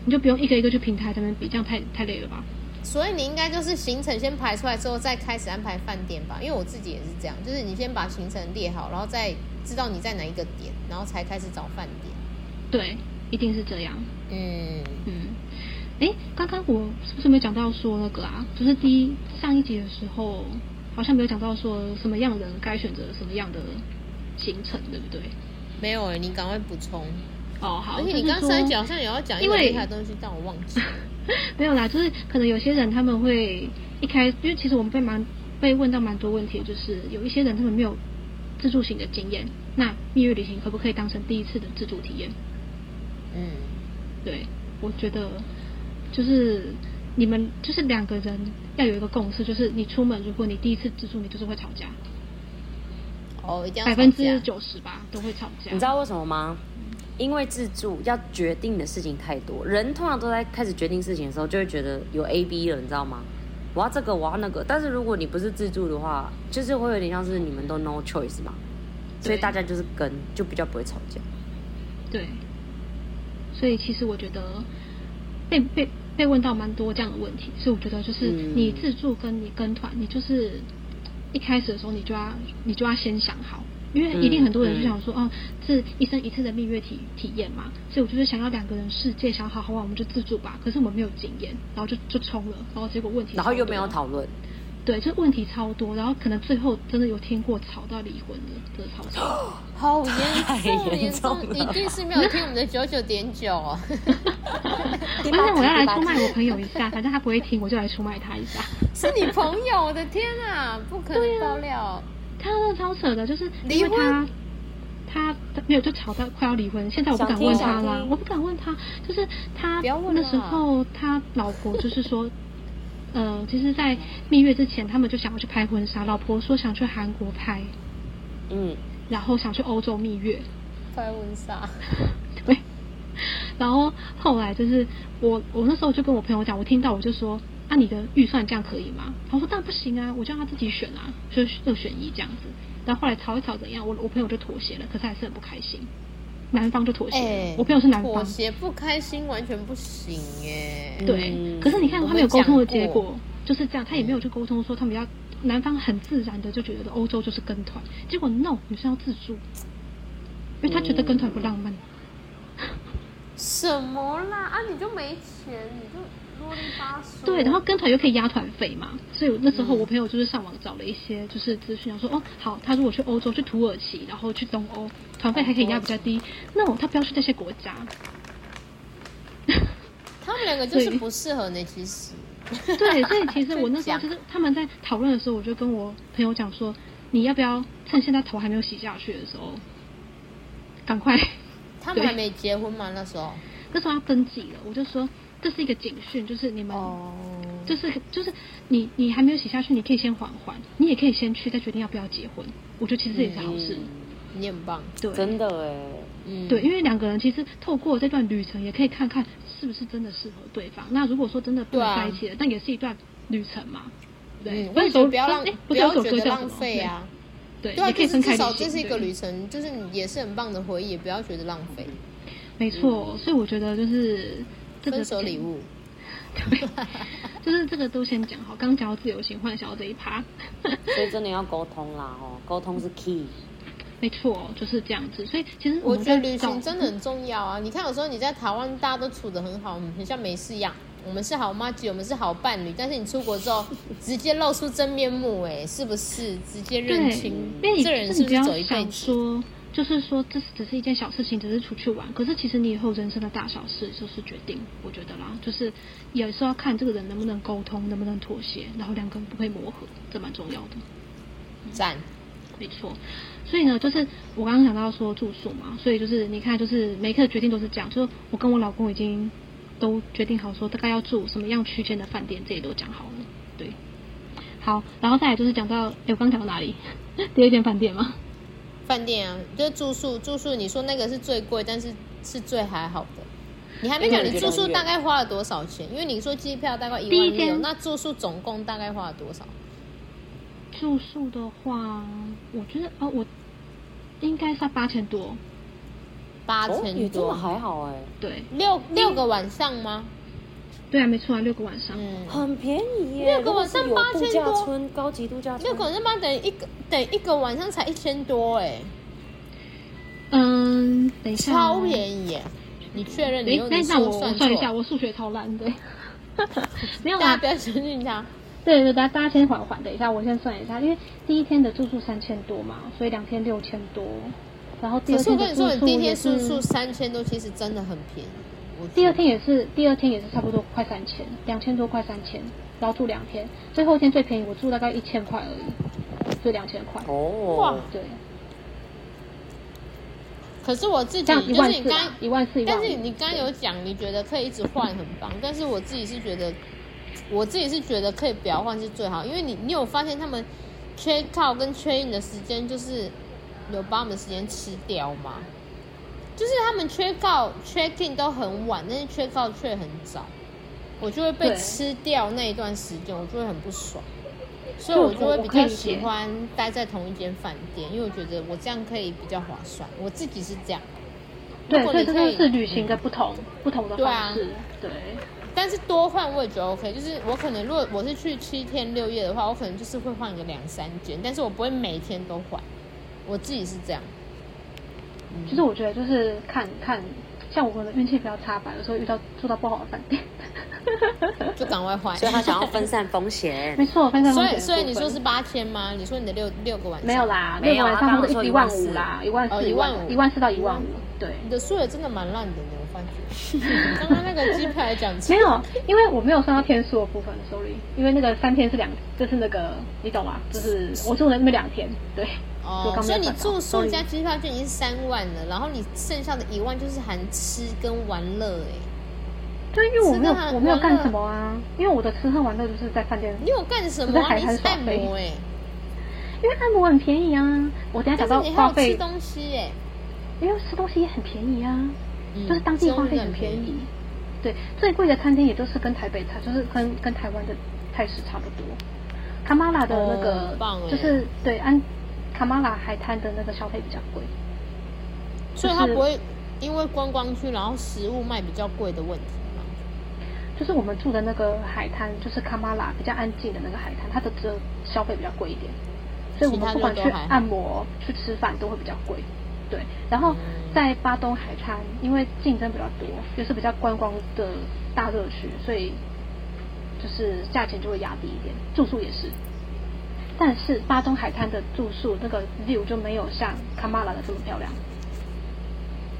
S3: 你就不用一个一个去平台这边比，这样太太累了吧？
S2: 所以你应该就是行程先排出来之后，再开始安排饭店吧。因为我自己也是这样，就是你先把行程列好，然后再知道你在哪一个点，然后才开始找饭店。
S3: 对，一定是这样。
S2: 嗯，
S3: 嗯，诶，刚刚我是不是没有讲到说那个啊？就是第一上一集的时候，好像没有讲到说什么样的人该选择什么样的行程，对不对？
S2: 没有哎、你赶快补充。
S3: 哦，好。
S2: 而且你
S3: 就是
S2: 刚
S3: 说
S2: 才讲好像也要讲一个
S3: 因为
S2: 厉害的东西，但我忘记了。
S3: 没有啦，就是可能有些人他们会一开，因为其实我们被蛮被问到蛮多问题，就是有一些人他们没有自助型的经验，那蜜月旅行可不可以当成第一次的自助体验？
S2: 嗯，
S3: 对，我觉得就是你们就是两个人要有一个共识，就是你出门如果你第一次自助，你就是会吵架，
S2: 哦，一定要
S3: 百分
S2: 吵架
S3: 之九十吧都会吵架。
S1: 你知道为什么吗？因为自助要决定的事情太多，人通常都在开始决定事情的时候，就会觉得有 A B 了，你知道吗？我要这个，我要那个。但是如果你不是自助的话，就是会有点像是你们都 no choice 嘛，所以
S3: 对
S1: 大家就是跟，就比较不会吵架。
S3: 对，所以其实我觉得被被被问到蛮多这样的问题，所以我觉得就是
S1: 嗯
S3: 你自助跟你跟团，你就是一开始的时候你就要你就要先想好，因为一定很多人就想说，哦，这一生一次的蜜月体体验嘛，所以我就是想要两个人世界，想好好玩我们就自助吧，可是我们没有经验，然后就就冲了，然后结果问题
S1: 然后
S3: 超
S1: 又没有
S3: 多
S1: 讨论，
S3: 对，就是问题超多，然后可能最后真的有听过吵到离婚的，真的超多。
S2: 好严重，
S1: 太
S2: 严
S1: 严重了
S2: 重，一定是没有听我们的九九点九哦。
S1: 第
S3: 而
S1: 八题，
S3: 且我要来
S1: 第八
S3: 出卖
S1: 题
S3: 我朋友一下，反正他不会听，我就来出卖他一下。
S2: 是你朋友，我的天啊，不可能爆料。
S3: 他真的超扯的，就是因为
S2: 离婚
S3: 他他没有就吵到快要离婚，现在我不
S1: 想
S3: 敢
S1: 听
S3: 问
S1: 想
S3: 他啦
S1: 听，
S3: 我不敢问他，就是他
S2: 不要问
S3: 那
S2: 啦
S3: 时候他老婆就是说。呃，其实，在蜜月之前，他们就想要去拍婚纱。老婆说想去韩国拍，
S1: 嗯，
S3: 然后想去欧洲蜜月。
S2: 拍婚纱，
S3: 对。然后后来就是我，我那时候就跟我朋友讲，我听到我就说，啊，你的预算这样可以吗？他说当然不行啊，我就让他自己选啊，就是二选一这样子。然后后来吵一吵怎样，我我朋友就妥协了，可是还是很不开心。男方就妥协了，
S2: 哎
S3: 我朋友是男
S2: 妥
S3: 方，
S2: 协不开心完全不行耶。
S3: 对。
S1: 嗯
S3: 可是你看
S2: 我
S3: 他没有
S2: 们讲
S3: 沟通的结
S2: 过
S3: 果就是这样，他也没有去沟通说他们要男方很自然的就觉得欧洲就是跟团，结果 no 女生要自助，因为他觉得跟团不浪漫。
S2: 什么啦？啊，你就没钱，你就啰里吧嗦。
S3: 对，然后跟团又可以压团费嘛，所以那时候我朋友就是上网找了一些就是资讯，然后说哦好，他如果去欧洲，去土耳其，然后去东欧，团费还可以压比较低。那我他不要去那些国家，
S2: 他们两个就是
S3: 对
S2: 不适合呢，其实。
S3: 对，所以其实我那时
S2: 真假
S3: 候就是他们在讨论的时候，我就跟我朋友讲说，你要不要趁现在头还没有洗下去的时候，赶快，
S2: 他们还没结婚嘛，那时候。
S3: 那时候要登记了，我就说这是一个警讯，就是你们。
S2: 哦。
S3: 就是就是你你还没有写下去，你可以先缓缓，你也可以先去再决定要不要结婚。我觉得其实这也是好事，
S2: 你很棒。
S3: 对，
S1: 嗯真的哎，
S2: 嗯。
S3: 对，因为两个人其实透过这段旅程，也可以看看是不是真的适合对方。那如果说真的不
S2: 对
S3: 能
S2: 啊
S3: 在一起了，但也是一段旅程嘛。对
S2: 嗯，，
S3: 那
S2: 我也
S3: 时
S2: 觉
S3: 候
S2: 得不要浪
S3: 哎，不
S2: 不
S3: 是有
S2: 要
S3: 首
S2: 觉
S3: 歌
S2: 得
S3: 叫什
S2: 浪
S3: 么
S2: 费啊。
S3: 对，
S2: 对啊，
S3: 也可以
S2: 就是
S3: 分开
S2: 至
S3: 旅
S2: 少
S3: 行。
S2: 这是一个
S3: 对
S2: 旅程，就是你也是很棒的回忆，也不要觉得浪费。
S3: 没错，所以我觉得就是这
S2: 嗯
S3: 个
S2: 分手礼物，
S3: 对，就是这个都先讲好。刚刚讲到自由行幻想这一趴，
S1: 所以真的要沟通啦哦，沟通是 key。
S3: 没错，就是这样子。所以其实
S2: 我
S3: 们
S2: 觉得
S3: 在
S2: 旅
S3: 找
S2: 行真的很重要啊！你看，有时候你在台湾，大家都处得很好，很像没事一样。我们是好妈吉，我们是好伴侣，但是你出国之后，直接露出真面目、哎，是不是？直接认清
S3: 因为你
S2: 这人
S3: 你
S2: 是不
S3: 不
S2: 是
S3: 要
S2: 走一辈
S3: 想
S2: 子？
S3: 说，就是说这是只是一件小事情，只是出去玩。可是其实你以后人生的大小事就是决定，我觉得啦，就是也是要看这个人能不能沟通，能不能妥协，然后两个人不可以磨合，这蛮重要的。
S2: 赞，
S3: 没错，所以呢，就是我刚刚讲到说住宿嘛，所以就是你看，就是每一个决定都是这样，就是我跟我老公已经都决定好说大概要住什么样区间的饭店，这也都讲好了，对。好，然后再来就是讲到，诶我刚讲到哪里？ 第二间饭店吗？
S2: 饭店啊，就是住宿，住宿你说那个是最贵，但是是最还好的。你还没讲
S1: 因为
S2: 你
S1: 我觉
S2: 住
S1: 得
S2: 宿
S1: 很
S2: 大
S1: 远
S2: 概花了多少钱？因为你说机票大概一
S3: 第一
S2: 万六，
S3: 间
S2: 那住宿总共大概花了多少？
S3: 住宿的话，我觉得哦，我应该是八千多，
S2: 八
S1: 哦，
S2: 千
S1: 也真的
S2: 多，
S1: 还好哎，
S3: 对，
S2: 六六个晚上吗？
S3: 对啊，没错啊，六个晚上，
S2: 嗯，
S1: 很便宜耶。
S2: 六个晚上
S1: 如果是有
S2: 8000
S1: 度假
S2: 多
S1: 村，高级度假村，
S2: 六个晚上吧，等于一个等于一个晚上才一千多哎，
S3: 嗯，等一下哦，
S2: 超便宜耶！你确认你
S3: 诶
S2: 用
S3: 那
S2: 你
S3: 那
S2: 说
S3: 我我
S2: 算
S3: 算一下，
S2: 错？
S3: 我数学超烂 的，没有
S2: 大家
S3: 啦
S2: 不，要相信他。
S3: 对对，大家大家先缓缓，等一下，我先算一下，因为第一天的住宿三千多嘛，所以两天六千多，然后第
S2: 可
S3: 二
S2: 是我
S3: 天
S2: 跟你
S3: 的住
S2: 说，
S3: 宿
S2: 你第一天
S3: 也
S2: 住
S3: 是
S2: 宿三千多，其实真的很便宜。我
S3: 啊第二天也是，第二天也是差不多快三千，两千多快三千，然后住两天，最后一天最便宜我住大概一千块而已，就两千块，
S1: 哦，
S2: 哇
S3: 对，
S2: 可是我自己
S3: 这
S2: 嗯就
S3: 样
S2: 是
S3: 一万
S2: 你
S3: 四
S2: 刚
S3: 啊，，一万四一万
S2: 但
S3: 五，
S2: 是你刚有讲，你觉得可以一直换很棒，但是我自己是觉得，我自己是觉得可以不要换是最好，因为你你有发现他们 check out 跟 check in 的时间就是有把我们时间吃掉吗？就是他们 check out check in 都很晚，但是 check out 却很早，我就会被
S3: 对
S2: 吃掉那一段时间，我就会很不爽。所以
S3: 这
S2: 我
S3: 我
S2: 就
S3: 我
S2: 会
S3: 我
S2: 比
S3: 可以
S2: 较
S3: 理
S2: 喜
S3: 解
S2: 欢待在同一间饭店，因为我觉得我这样可以比较划算。我自己是这样，如
S3: 对，
S2: 果
S3: 所
S2: 你
S3: 以这
S2: 可
S3: 就
S2: 以
S3: 是旅行的不同、不同的
S2: 对啊
S3: 方式，对。
S2: 但是多换我也觉得 OK，就是我可能如果我是去七天六夜的话，我可能就是会换个两三间，但是我不会每天都换，我自己是这样。
S3: 其实我觉得就是看看，像我们的运气比较差吧，有时候遇到住到不好的饭店，
S2: 就赶快换。
S1: 所以他想要分散风险
S3: 没。错，分 散
S2: 所
S3: 风
S2: 以
S3: 险。
S2: 所以你说是八千吗？你说你的六六个晚上
S3: 没有，啦，
S1: 没
S3: 没
S1: 有
S3: 有
S1: 啊
S3: 啦，
S1: 刚
S3: 差不
S1: 刚
S3: 多
S1: 说
S3: 一万五啦，一万
S2: 哦
S3: 四、一
S2: 15,000
S3: 万一万四到一万五，对。
S2: 你的数学真的蛮烂的呢，我发 觉。刚刚那个机票也讲
S3: 没有，因为我没有算到天数的部分，sorry，因为那个三天是两，就是那个你懂吗？就是我住了那边两天，对，就
S2: 哦，
S3: 刚没
S2: 所
S3: 有
S2: 以你
S3: 算到
S2: 住宿
S3: sorry
S2: 加机票就已经三万了，然后你剩下的一万就是含吃跟玩乐哎、
S3: 对，因为我没有
S2: 吃喝
S3: 我没有
S2: 玩
S3: 干
S2: 乐
S3: 什么啊，因为我的吃喝玩乐就是在饭店，
S2: 你有干什么、
S3: 我在
S2: 啊？
S3: 海
S2: 你
S3: 滩
S2: 是按
S3: 耍
S2: 摩哎、
S3: 因为按摩很便宜啊，我等一下
S2: 但
S3: 讲到
S2: 是你还
S3: 花
S2: 有吃
S3: 费，
S2: 东西哎、
S3: 因为吃东西也很便宜啊，
S2: 嗯
S3: 就是当地花费很便宜。，对，最贵的餐厅也就是跟台北差，就是跟跟台湾的菜市差不多。卡马拉的那
S2: 哦
S3: 个、
S2: 很棒哎
S3: 就是对安卡马拉海滩的那个消费比较贵，
S2: 所以
S3: 就
S2: 它
S3: 是
S2: 不会因为观光区然后食物卖比较贵的问题嘛。
S3: 就是我们住的那个海滩，就是卡马拉比较安静的那个海滩，它的这消费比较贵一点，所以我
S2: 其他
S3: 们
S2: 就
S3: 不管
S2: 都
S3: 去
S2: 还好
S3: 按摩、去吃饭都会比较贵。对，然后
S2: 嗯
S3: 在巴东海滩，因为竞争比较多，又是比较观光的大热区，所以就是价钱就会压低一点，住宿也是。但是巴东海滩的住宿那个 view 就没有像卡马拉的这么漂亮。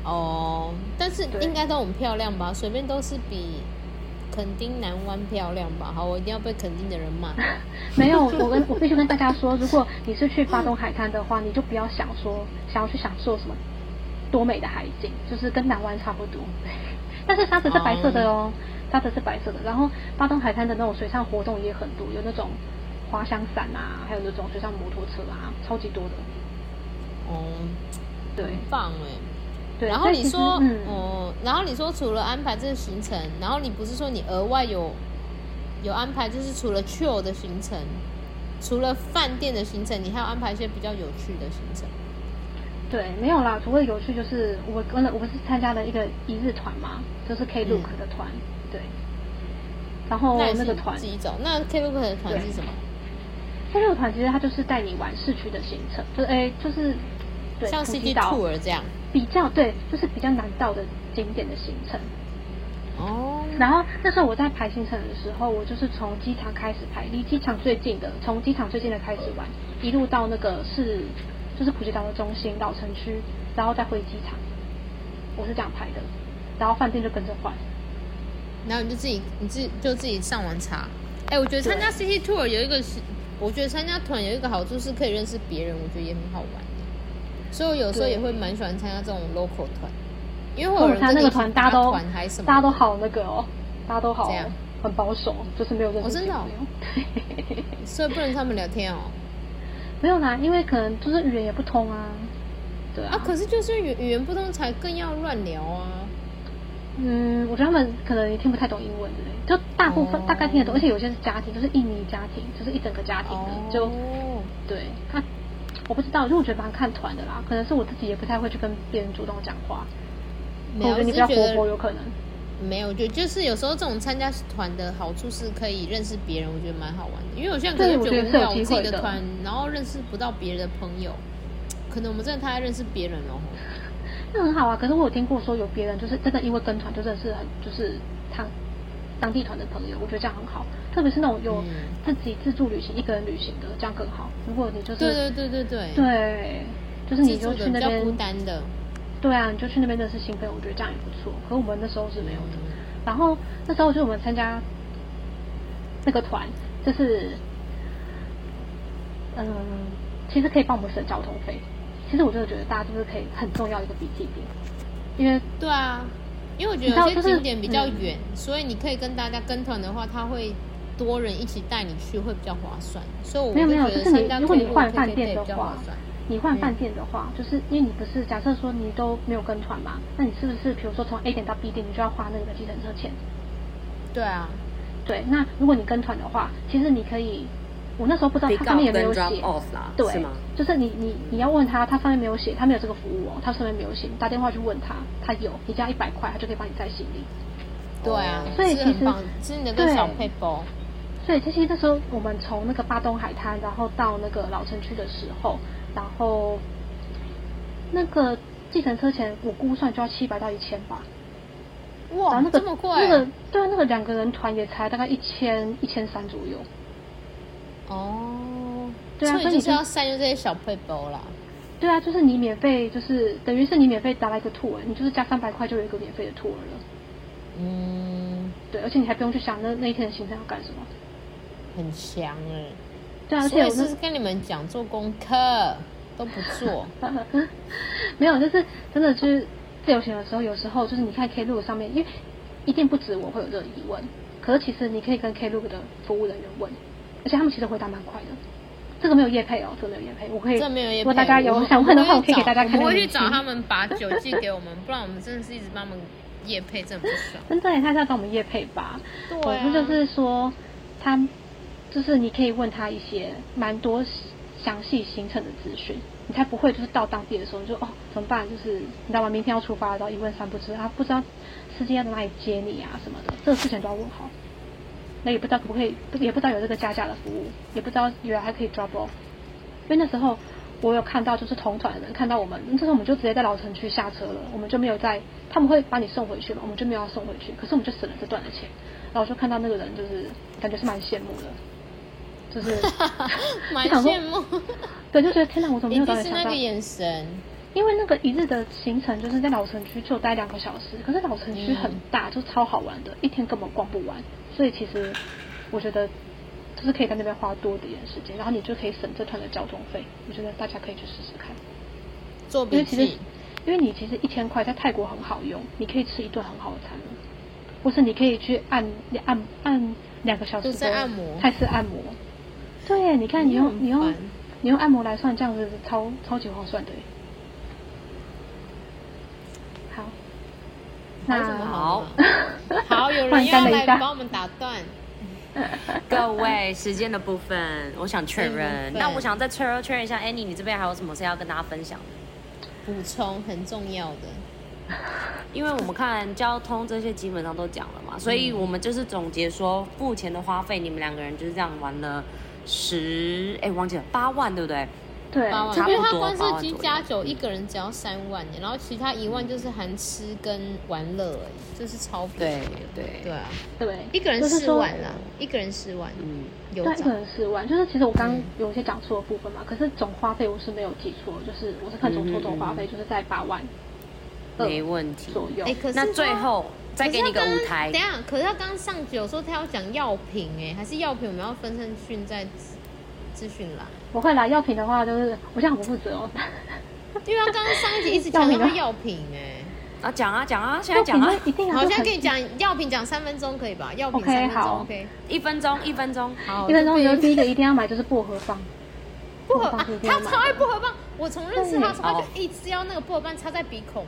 S2: 哦，但是
S3: 对
S2: 应该都很漂亮吧？随便都是比垦丁南湾漂亮吧？好，我一定要被垦丁的人 骂。
S3: 没有，我跟我必须跟大家说，如果你是去巴东海滩的话，你就不要想说想要去享受什么多美的海景，就是跟南湾差不多。但是沙子是白色的哦，沙子是白色的。然后巴东海滩的那种水上活动也很多，有那种滑翔伞啊，还有那种水上摩托车啊，超级多的。
S2: 哦，
S3: 对
S2: 很棒哎。
S3: 对，
S2: 然后
S3: 但
S2: 你
S3: 其实
S2: 说，
S3: 嗯，
S2: 哦，然后你说除了安排这个行程，然后你不是说你额外有有安排，就是除了 chill 的行程，除了饭店的行程，你还有安排一些比较有趣的行程。
S3: 对，没有啦。除了有趣，就是我跟了我不是参加了一个一日团嘛，就是 K Look 的团，对。然后
S2: 嗯那也是
S3: 哦那个
S2: 你
S3: 团
S2: 自己走。那 K Look 的团是什么？
S3: 这个团其实它就是带你玩市区的行程，就哎、就是对
S2: 像
S3: 普
S2: City
S3: 吉岛
S2: Tour 这样。
S3: 比较对，就是比较难到的景点的行程。
S2: 哦。
S3: 然后那时候我在排行程的时候，我就是从机场开始排，离机场最近的，从机场最近的开始玩，一路到那个是就是普吉岛的中心老城区，然后再回机场，我是这样排的，然后饭店就跟着换。
S2: 然后你就自己，你自己就自己上网查。哎、我觉得参加 City Tour 有一个是，我觉得参加团有一个好处是可以认识别人，我觉得也很好玩。所以我有时候
S3: 对
S2: 也会蛮喜欢参加这种 local 团，因为会有
S3: 哦我
S2: 人
S3: 们
S2: 跟
S3: 参加那
S2: 你
S3: 个
S2: 一起
S3: 团，
S2: 搭
S3: 大家都
S2: 团还是什么的，
S3: 大家都好那个哦，大家都好
S2: 这样
S3: 很保守，就是没有认识
S2: 哦真的哦
S3: 新朋友对。
S2: 所以不能跟他们聊天哦。
S3: 没有啦，因为可能就是语言也不通啊。对啊，
S2: 啊，可是就是语语言不通才更要乱聊啊。
S3: 嗯，我觉得他们可能也听不太懂英文之类，就大部分、
S2: 哦
S3: 大概听得懂，而且有些是家庭，就是印尼家庭，就是一整个家庭的，就
S2: 哦，
S3: 对他、啊我不知道，就我觉得蛮看团的啦，可能是我自己也不太会去跟别人主动讲话，
S2: 没
S3: 我
S2: 有，我
S3: 觉得你
S2: 只是
S3: 比较
S2: 觉
S3: 活
S2: 得
S3: 泼，有可能。
S2: 没有，我觉得就是有时候这种参加团的好处是可以认识别人，我觉得蛮好玩的。因为有些人可
S3: 对
S2: 能
S3: 我
S2: 觉得无
S3: 觉得是有
S2: 聊，我
S3: 机
S2: 自己
S3: 会
S2: 的
S3: 的
S2: 团，然后认识不到别人的朋友，可能我们真的太爱认识别人了吼。哦
S3: 那很好啊，可是我有听过说有别人就是真的因为跟团就认识很就是他当地团的朋友，我觉得这样很好，特别是那种有
S2: 嗯
S3: 自己自助旅行、一个人旅行的，这样更好。如果你就是
S2: 对对对对对，
S3: 对，就是你
S2: 自
S3: 就
S2: 助的
S3: 去
S2: 比
S3: 那
S2: 较孤
S3: 边，
S2: 单的，
S3: 对啊，你就去那边认识新朋友，我觉得这样也不错。可我们那时候是没有的。
S2: 嗯
S3: 然后那时候就是我们参加那个团，就是嗯，其实可以帮我们省交通费。其实我真的觉得大家就是可以很重要一个笔记点，因为
S2: 对啊，因为我觉
S3: 你
S2: 得
S3: 知道
S2: 有些
S3: 就是
S2: 景点比较
S3: 嗯
S2: 远，所以你可以跟大家跟团的话，他会多人一起带你去，会比较划算。所以我
S3: 没有没有，
S2: 觉得
S3: 就是你
S2: 参加
S3: 如果你
S2: KKK
S3: 换饭店
S2: 比
S3: 的
S2: 较
S3: 话
S2: 划算。，
S3: 你换饭店的话，就是因为你不是假设说你都没有跟团嘛，那你是不是比如说从 A 点到 B 点，你就要花那个计程车钱？
S2: 对啊，
S3: 对，那如果你跟团的话，其实你可以，我那时候不知道
S1: Pick
S3: 它上面有
S1: up
S3: 没有
S1: 跟 drop
S3: 写
S1: off 啦
S3: 对，
S1: 是吗
S3: 就是你你你要问他，他上面没有写，他没有这个服务哦，他上面没有写，你打电话去问他，他有，你加一百块，他就可以帮你载行李。
S2: 对啊，
S1: 哦
S3: 所以
S2: 是
S3: 其
S2: 很
S3: 实
S2: 棒，是你的跟
S3: 对
S2: 小哦配包。
S3: 所以其实那时候我们从那个巴东海滩，然后到那个老城区的时候，然后那个计程车钱我估算就要七百到一千吧。
S2: 哇，
S3: 然后那个
S2: 这么啊贵？
S3: 那个对那个两个人团也才大概一千一千三左右。
S2: 哦，
S3: 对啊
S2: 所
S3: 所
S2: 以就
S3: 以你
S2: 是
S3: 就
S2: 要善用这些小配包啦。
S3: 对啊，就是你免费，就是等于是你免费搭了一个 tour，你欸就是加三百块就有一个免费的 tour 了。
S2: 嗯，
S3: 对，而且你还不用去想那那一天的行程要干什么。
S2: 很强哎、
S3: 对啊，而
S2: 所以
S3: 且我那
S2: 是跟你们讲做功课都不 做，
S3: 没有，就是真的就是自由行的时候，有时候就是你看 Klook 上面，因为一定不止我会有这个疑问，可是其实你可以跟 Klook 的服务人员问，而且他们其实回答蛮快的。这个没有业配哦，这个没有业配，我可以。
S2: 这没有也
S3: 如果大家有想问的话，我可以给大家看。
S2: 我会去找他。们把酒寄给我们，不然我们真的是一直帮他们夜配，真的不爽。
S3: 真的耶，他是要找我们业配吧？
S2: 对啊
S3: 我就是说，他就是你可以问他一些蛮多详细行程的资讯，你才不会就是到当地的时候你就哦怎么办？就是你知道吗？明天要出发，然后一问三不知，他不知道司机要在哪里接你啊什么的，这个事情都要问好。那也不知道可不可以，也不知道有这个加价的服务，也不知道原来还可以 drop off。因为那时候我有看到，就是同团的人看到我们，那时候我们就直接在老城区下车了，我们就没有在，他们会把你送回去嘛，我们就没有要送回去，可是我们就省了这段的钱。然后我就看到那个人，就是感觉是蛮羡慕的，就是
S2: 蛮
S3: 就想说
S2: 羡慕，
S3: 对，就觉得天哪，我怎么没
S2: 一
S3: 有早
S2: 定是
S3: 点想
S2: 那
S3: 到
S2: 个？眼神，
S3: 因为那个一日的行程就是在老城区就待两个小时，可是老城区很大，就超好玩的，一天根本逛不完。所以其实我觉得就是可以在那边花多一点时间，然后你就可以省这团的交通费。我觉得大家可以去试试看，
S2: 做
S3: 因
S2: 笔
S3: 为其实
S2: 记，
S3: 因为你其实一千块在泰国很好用，你可以吃一顿很好的餐，或是你可以去按按按两个小时
S2: 就在
S3: 的
S2: 按摩
S3: 泰式按摩。对，你看你用
S2: 很
S3: 你用
S2: 烦
S3: 你用按摩来算，这样子超超级划算的耶。好，
S2: 还有什么
S3: 那
S2: 好
S1: 好
S2: 呢？好，有人
S3: 换
S2: 要
S3: 干了
S2: 来
S3: 一下
S2: 帮我们打断，
S1: 各位，时间的部分我想确认
S2: 嗯，对
S1: 那我想再确认确认一下，Annie，你这边还有什么事要跟大家分享的？
S2: 补充很重要的。
S1: 因为我们看交通这些基本上都讲了嘛，所以我们就是总结说，目前的花费你们两个人就是这样玩了十，哎，忘记了八万，对不对？
S3: 对，
S2: 八万，
S1: 差
S2: 因
S1: 不
S2: 为
S1: 多
S2: 他光
S1: 八万
S2: 是居
S1: 左右嗯
S2: 家酒一个人只要三万耶，然后其他一万就是含吃跟玩乐而已，就是超便宜的。
S1: 对对
S2: 对啊，
S3: 对，
S2: 一个人
S3: 就是
S2: 四
S3: 说
S2: 万啦，一个人四万，
S1: 嗯，
S2: 有嗯
S3: 对，一
S2: 找
S3: 个人四万，就是其实我刚刚有一些讲错的部分嘛，可是总花费我是没有记错，就是我是看总
S1: 嗯嗯
S3: 错
S1: 嗯
S3: 总花费就是在八万二
S1: 没问题。
S3: 左右
S2: 哎，。可是
S1: 那
S2: 他
S1: 最后再给你个舞台
S2: 可是他刚等一，下，可是他刚刚上集有说他要讲药品哎、还是药品我们要分身训在资资讯栏？
S3: 我会来药品的话，就是我现在很不负责哦。
S2: 因为他刚刚上一集一直强调是药品 哎、
S1: 啊讲啊讲啊，现在讲啊
S3: 药，品一定要
S2: 好，
S3: 就
S2: 现在
S3: 哎很
S2: 跟你讲药品讲三分钟可以吧？药品
S3: OK，
S2: 三分钟
S3: 好
S2: OK，
S1: 一分钟一分钟，
S2: 好，
S3: 一分钟，
S2: 就
S3: 我
S2: 不用
S3: 觉得第一个一定要买就是薄荷棒，
S2: 薄荷
S3: 棒
S2: 啊
S3: 是一，定要
S2: 他
S3: 买
S2: 超爱薄荷棒。我从认识他的时候，他
S1: 对
S2: 就一直要那个薄荷棒插在鼻孔。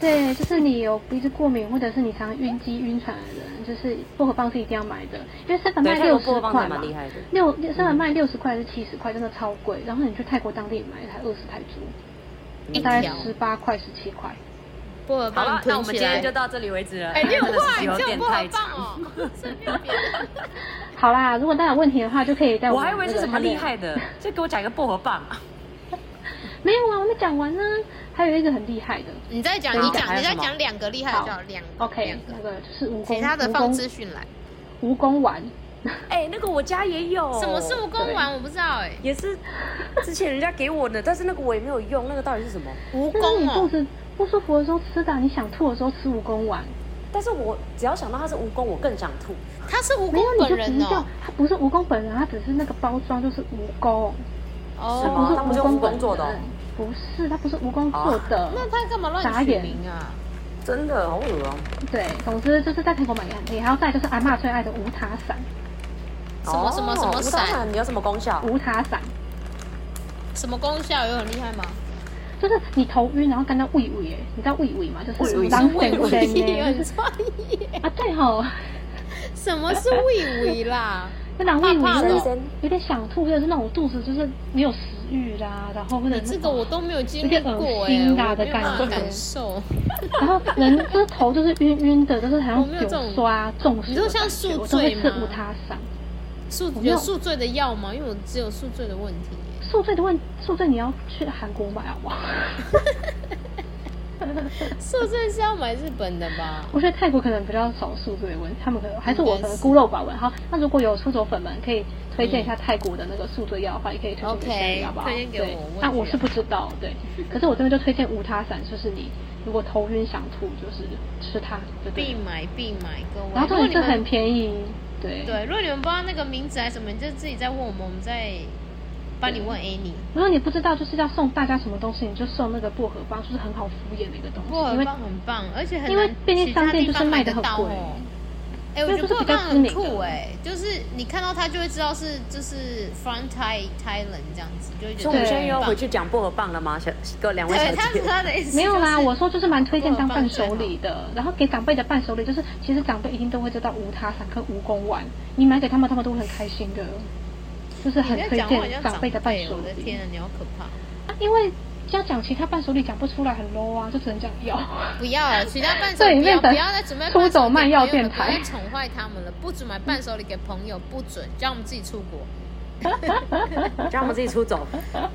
S3: 对，就是你有鼻子过敏，或者是你常晕机晕船的人，就是薄荷棒是一定要买的，因为三本
S1: 对，
S3: 卖
S1: 泰国
S3: 六十
S1: 薄荷棒
S3: 块
S1: 真的
S3: 嘛
S1: 蛮，厉害的。嗯
S3: 六三本卖六十块还是七十块，真的超贵。然后你去泰国当地买才二十泰铢，
S2: 一
S3: 大概
S2: 条
S3: 十八块十七块。
S2: 薄荷
S1: 好
S2: 棒
S1: 了，那我们今天就
S2: 就
S1: 到这里为止了。
S2: 哎，你
S1: 真
S2: 很
S1: 的是
S2: 坏，
S1: 有
S2: 你只有
S1: 点
S2: 薄
S1: 太
S2: 荷
S1: 长
S2: 棒。哦，随便别人。
S3: 好啦，如果大家有问题的话，就可以在
S1: 哎我
S3: 们
S1: 还以为
S3: 那
S1: 是
S3: 个
S1: 什么
S3: 下面
S1: 厉害的，就给我讲一个薄荷棒。啊
S3: 没有啊，我没讲完呢，还有一个很厉害的。
S2: 你再讲，
S1: 好
S2: 你
S1: 还
S2: 讲，
S1: 有
S2: 你再
S1: 什么
S2: 讲两个厉害的就好，两个
S3: OK，
S2: 两个
S3: 那，个就是蜈蚣，
S2: 其他的
S3: 蜈
S2: 放
S3: 蚣
S2: 资讯栏。
S3: 蜈蚣丸，
S1: 哎、那个我家也有。
S2: 什么是蜈蚣丸？我不知道哎。
S1: 也是之前人家给我的，但是那个我也没有用，那个到底是什么？
S2: 蜈
S3: 就是你
S2: 蚣
S3: 肚
S2: 哦，
S3: 子不舒服的时候吃的啊，你想吐的时候吃蜈蚣丸。
S1: 但是我只要想到它是蜈蚣，我更想吐。
S2: 他是蜈
S3: 没有，
S2: 蚣
S3: 你
S2: 本
S3: 就直
S2: 人
S3: 叫
S2: 哦。
S3: 它不是蜈蚣本人，它只是那个包装就是蜈蚣，
S1: 什么
S3: 不
S1: 它
S2: 哦，哦
S1: 不是
S3: 是
S1: 用蜈
S3: 蚣本
S1: 蚣做的哦
S3: 人不是，它不是�蜈蚣做的。
S2: 那他干嘛
S3: 傻
S2: 乱取
S3: 眼
S2: 名啊？
S1: 真的好恶哦、
S3: 对，总之就是在泰国买也很便宜，还有再来就是阿嬷最爱的无塔伞，
S2: 什么什么什么
S1: 哦
S2: 伞
S1: 我想想有什么功效？
S3: 无塔伞
S2: 什么功效有很厉害吗？
S3: 就是你头晕，然后感到畏畏哎，你知道畏畏吗？就是
S1: 畏畏
S3: 狼
S2: 魏
S3: 狈
S2: 武
S3: 神
S2: 义
S3: 哎，
S2: 很
S3: 就是
S2: 专业。
S3: 啊对吼。
S2: 什么是魏武义啦？
S3: 那狼狈
S2: 怕怕
S3: 为
S2: 的
S3: 有
S1: 哦
S3: 点有点想吐，或者是那种肚子就是没有食欲啦，然后或者
S2: 你
S3: 是
S2: 这个我都没有经历过
S3: 有
S2: 哎、
S3: 点恶心啦
S2: 我
S3: 的
S2: 没有办法
S3: 感觉
S2: 感受。
S3: 然后人就是头就是晕晕的，就是好
S2: 我没有
S3: 像
S2: 这种
S3: 有刷中暑
S2: 你
S3: 的感觉，
S2: 说像宿
S3: 我都会
S2: 醉
S3: 吃
S2: 吗
S3: 无他散。
S2: 宿
S3: 我没有
S2: 有宿醉的药吗？因为我只有宿醉的问题、欸
S3: 啊宿醉的问宿醉你要去韩国买好不好？
S2: 素正是要买日本的吧？
S3: 我觉得泰国可能比较少数这类问题，他们可能还是我
S2: 应
S3: 可
S2: 该是
S3: 能孤陋寡闻。好，那如果有出走粉们可以推荐一下泰国的那个宿醉药的话，也可以推荐给
S2: OK，
S3: 谁好不好？
S2: 推荐给我
S3: 对
S2: 我也
S3: 那
S2: 觉
S3: 我
S2: 得
S3: 是不知道，对。可是我这边就推荐无他散，就是你如果头晕想吐，就是吃它，对
S2: 必
S3: 对。
S2: 买必买，各位。
S3: 然
S2: 如
S3: 后它
S2: 果
S3: 们
S2: 你
S3: 真的很
S2: 们
S3: 便宜，对。
S2: 对，如果你们不知道那个名字还是什么，你就自己再问我们，我们再帮你问 Annie。
S3: 如果你不知道就是要送大家什么东西，你就送那个薄荷棒，就是很好敷衍的一个东西，
S2: 薄
S3: 因
S2: 荷
S3: 为
S2: 棒很棒，而且很
S3: 因为
S2: 难
S3: 便利
S2: 其他
S3: 商店
S2: 地
S3: 就是
S2: 方
S3: 卖
S2: 买
S3: 得
S2: 得
S3: 很
S2: 到
S3: 贵
S2: 哦。哎、我
S3: 那
S2: 觉
S3: 就
S2: 得薄荷
S3: 是比较
S2: 棒
S3: 知
S2: 很
S3: 名的
S2: 酷哎、就是你看到它就会知道是就是 from Thai Thailand 这样子，就会觉得
S1: 所以我们
S3: 对
S1: 现在又
S2: 很
S1: 要
S2: 棒
S1: 回。去讲薄荷棒了吗？小各两位小
S2: 对，他
S1: 姐
S2: 是，他的意思、就是。
S3: 没有啦，我说就是蛮推荐当伴手
S2: 最
S3: 礼
S2: 好。
S3: 的，然后给长辈的伴手礼就是，其实长辈一定都会知道无他伞跟蜈蚣丸，你买给他们，他们都会很开心的，就是
S2: 你
S3: 很
S2: 在
S3: 推
S2: 讲话好
S3: 荐
S2: 像
S3: 长
S2: 长
S3: 辈的伴手
S2: 我的
S3: 礼
S2: 天。啊，你好可怕！
S3: 啊因为要讲其他伴手礼讲不出来很 low 啊，就只能讲药。
S2: 不要 了，其他伴手
S3: 对
S2: 礼不要，
S3: 变成
S2: 不要再啊准备伴手
S3: 出
S2: 礼给
S3: 走
S2: 朋友
S3: 卖药
S2: 了
S3: 电
S2: 不
S3: 台
S2: 要再宠坏他们了。不准买伴手礼给朋友，不准叫我们自己出国，
S1: 让我们自己出 走。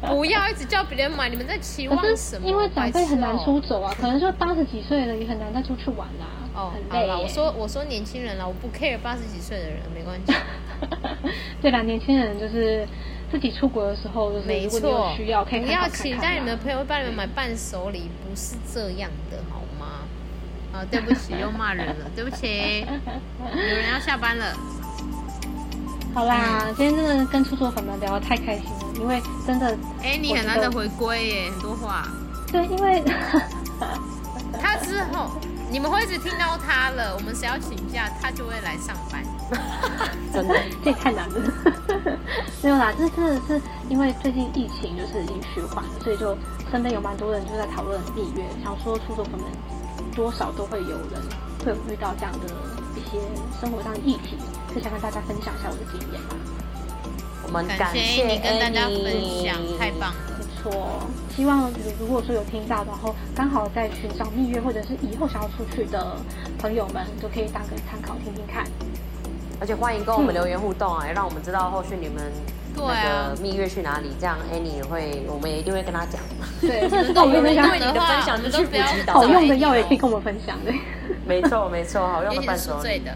S2: 不要一直叫别人买，你们在期望
S3: 可
S2: 什
S3: 是
S2: 么？
S3: 因为长辈很难
S2: 白痴
S3: 出
S2: 哦
S3: 走啊，可能就八十几岁了也很难再出去玩啦、
S2: 哦
S3: 很，
S2: 好
S3: 累
S2: 了，
S3: 耶
S2: 我说我说年轻人了，我不 care 八十几岁的人，没 关系。
S3: 对啦，年轻人就是自己出国的时候，就是
S2: 没
S3: 如果你有
S2: 错，
S3: 需要，可以
S2: 不
S3: 参考
S2: 要
S3: 看
S2: 期
S3: 看
S2: 待
S3: 啦
S2: 你们的朋友会帮你们买伴手礼，不是这样的，好吗？啊，对不起，又骂人了，对不起，有人要下班了。
S3: 好啦，
S2: 嗯
S3: 今天真的跟出作粉们聊得太开心了，因为真的
S2: 哎，你很难得回归耶，很多话。
S3: 对，因为
S2: 他之后你们会一直听到他了，我们谁要请假，他就会来上班。
S1: 真的，
S3: 这也太难了， 没有啦，这真的是因为最近疫情就是已经循环，所以就身边有蛮多人就在讨论蜜月，想说出作粉们多少都会有人会有遇到这样的一些生活上的议题，就想跟大家分享一下我的经验吧。
S1: 我们
S2: 感
S1: 感
S2: 谢
S1: 谢
S2: 你跟大家分
S1: Annie
S2: 享，太棒了。
S3: 没错，希望如果说有听到，然后刚好在寻找蜜月或者是以后想要出去的朋友们，都可以当个参考听听看。
S1: 而且欢迎跟我们留言互动啊，也让我们知道后续你们
S2: 对啊
S1: 那个蜜月去哪里，这样 Annie 也会，我们也一定会跟她讲。
S3: 对，或者是
S2: 都
S3: 好
S2: 有
S3: 用的
S2: 那
S3: 药
S2: 个，
S1: 对你的分享就是不知道
S3: 好用的药也可以跟我们分享的。
S1: 没错，没错，好用
S2: 尤
S1: 的
S2: 其
S1: 伴
S2: 是宿
S1: 手
S2: 醉
S1: 礼。
S2: 的。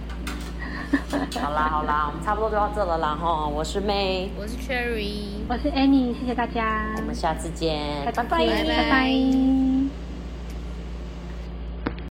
S1: 好啦，好啦，我们差不多就到这了啦哈。我是 May，
S2: 我是 Cherry。
S3: 我是 Annie，谢谢大家，
S1: 我们下次见，
S3: 下次
S1: 拜
S3: 见
S1: 拜。
S2: 拜
S3: 拜拜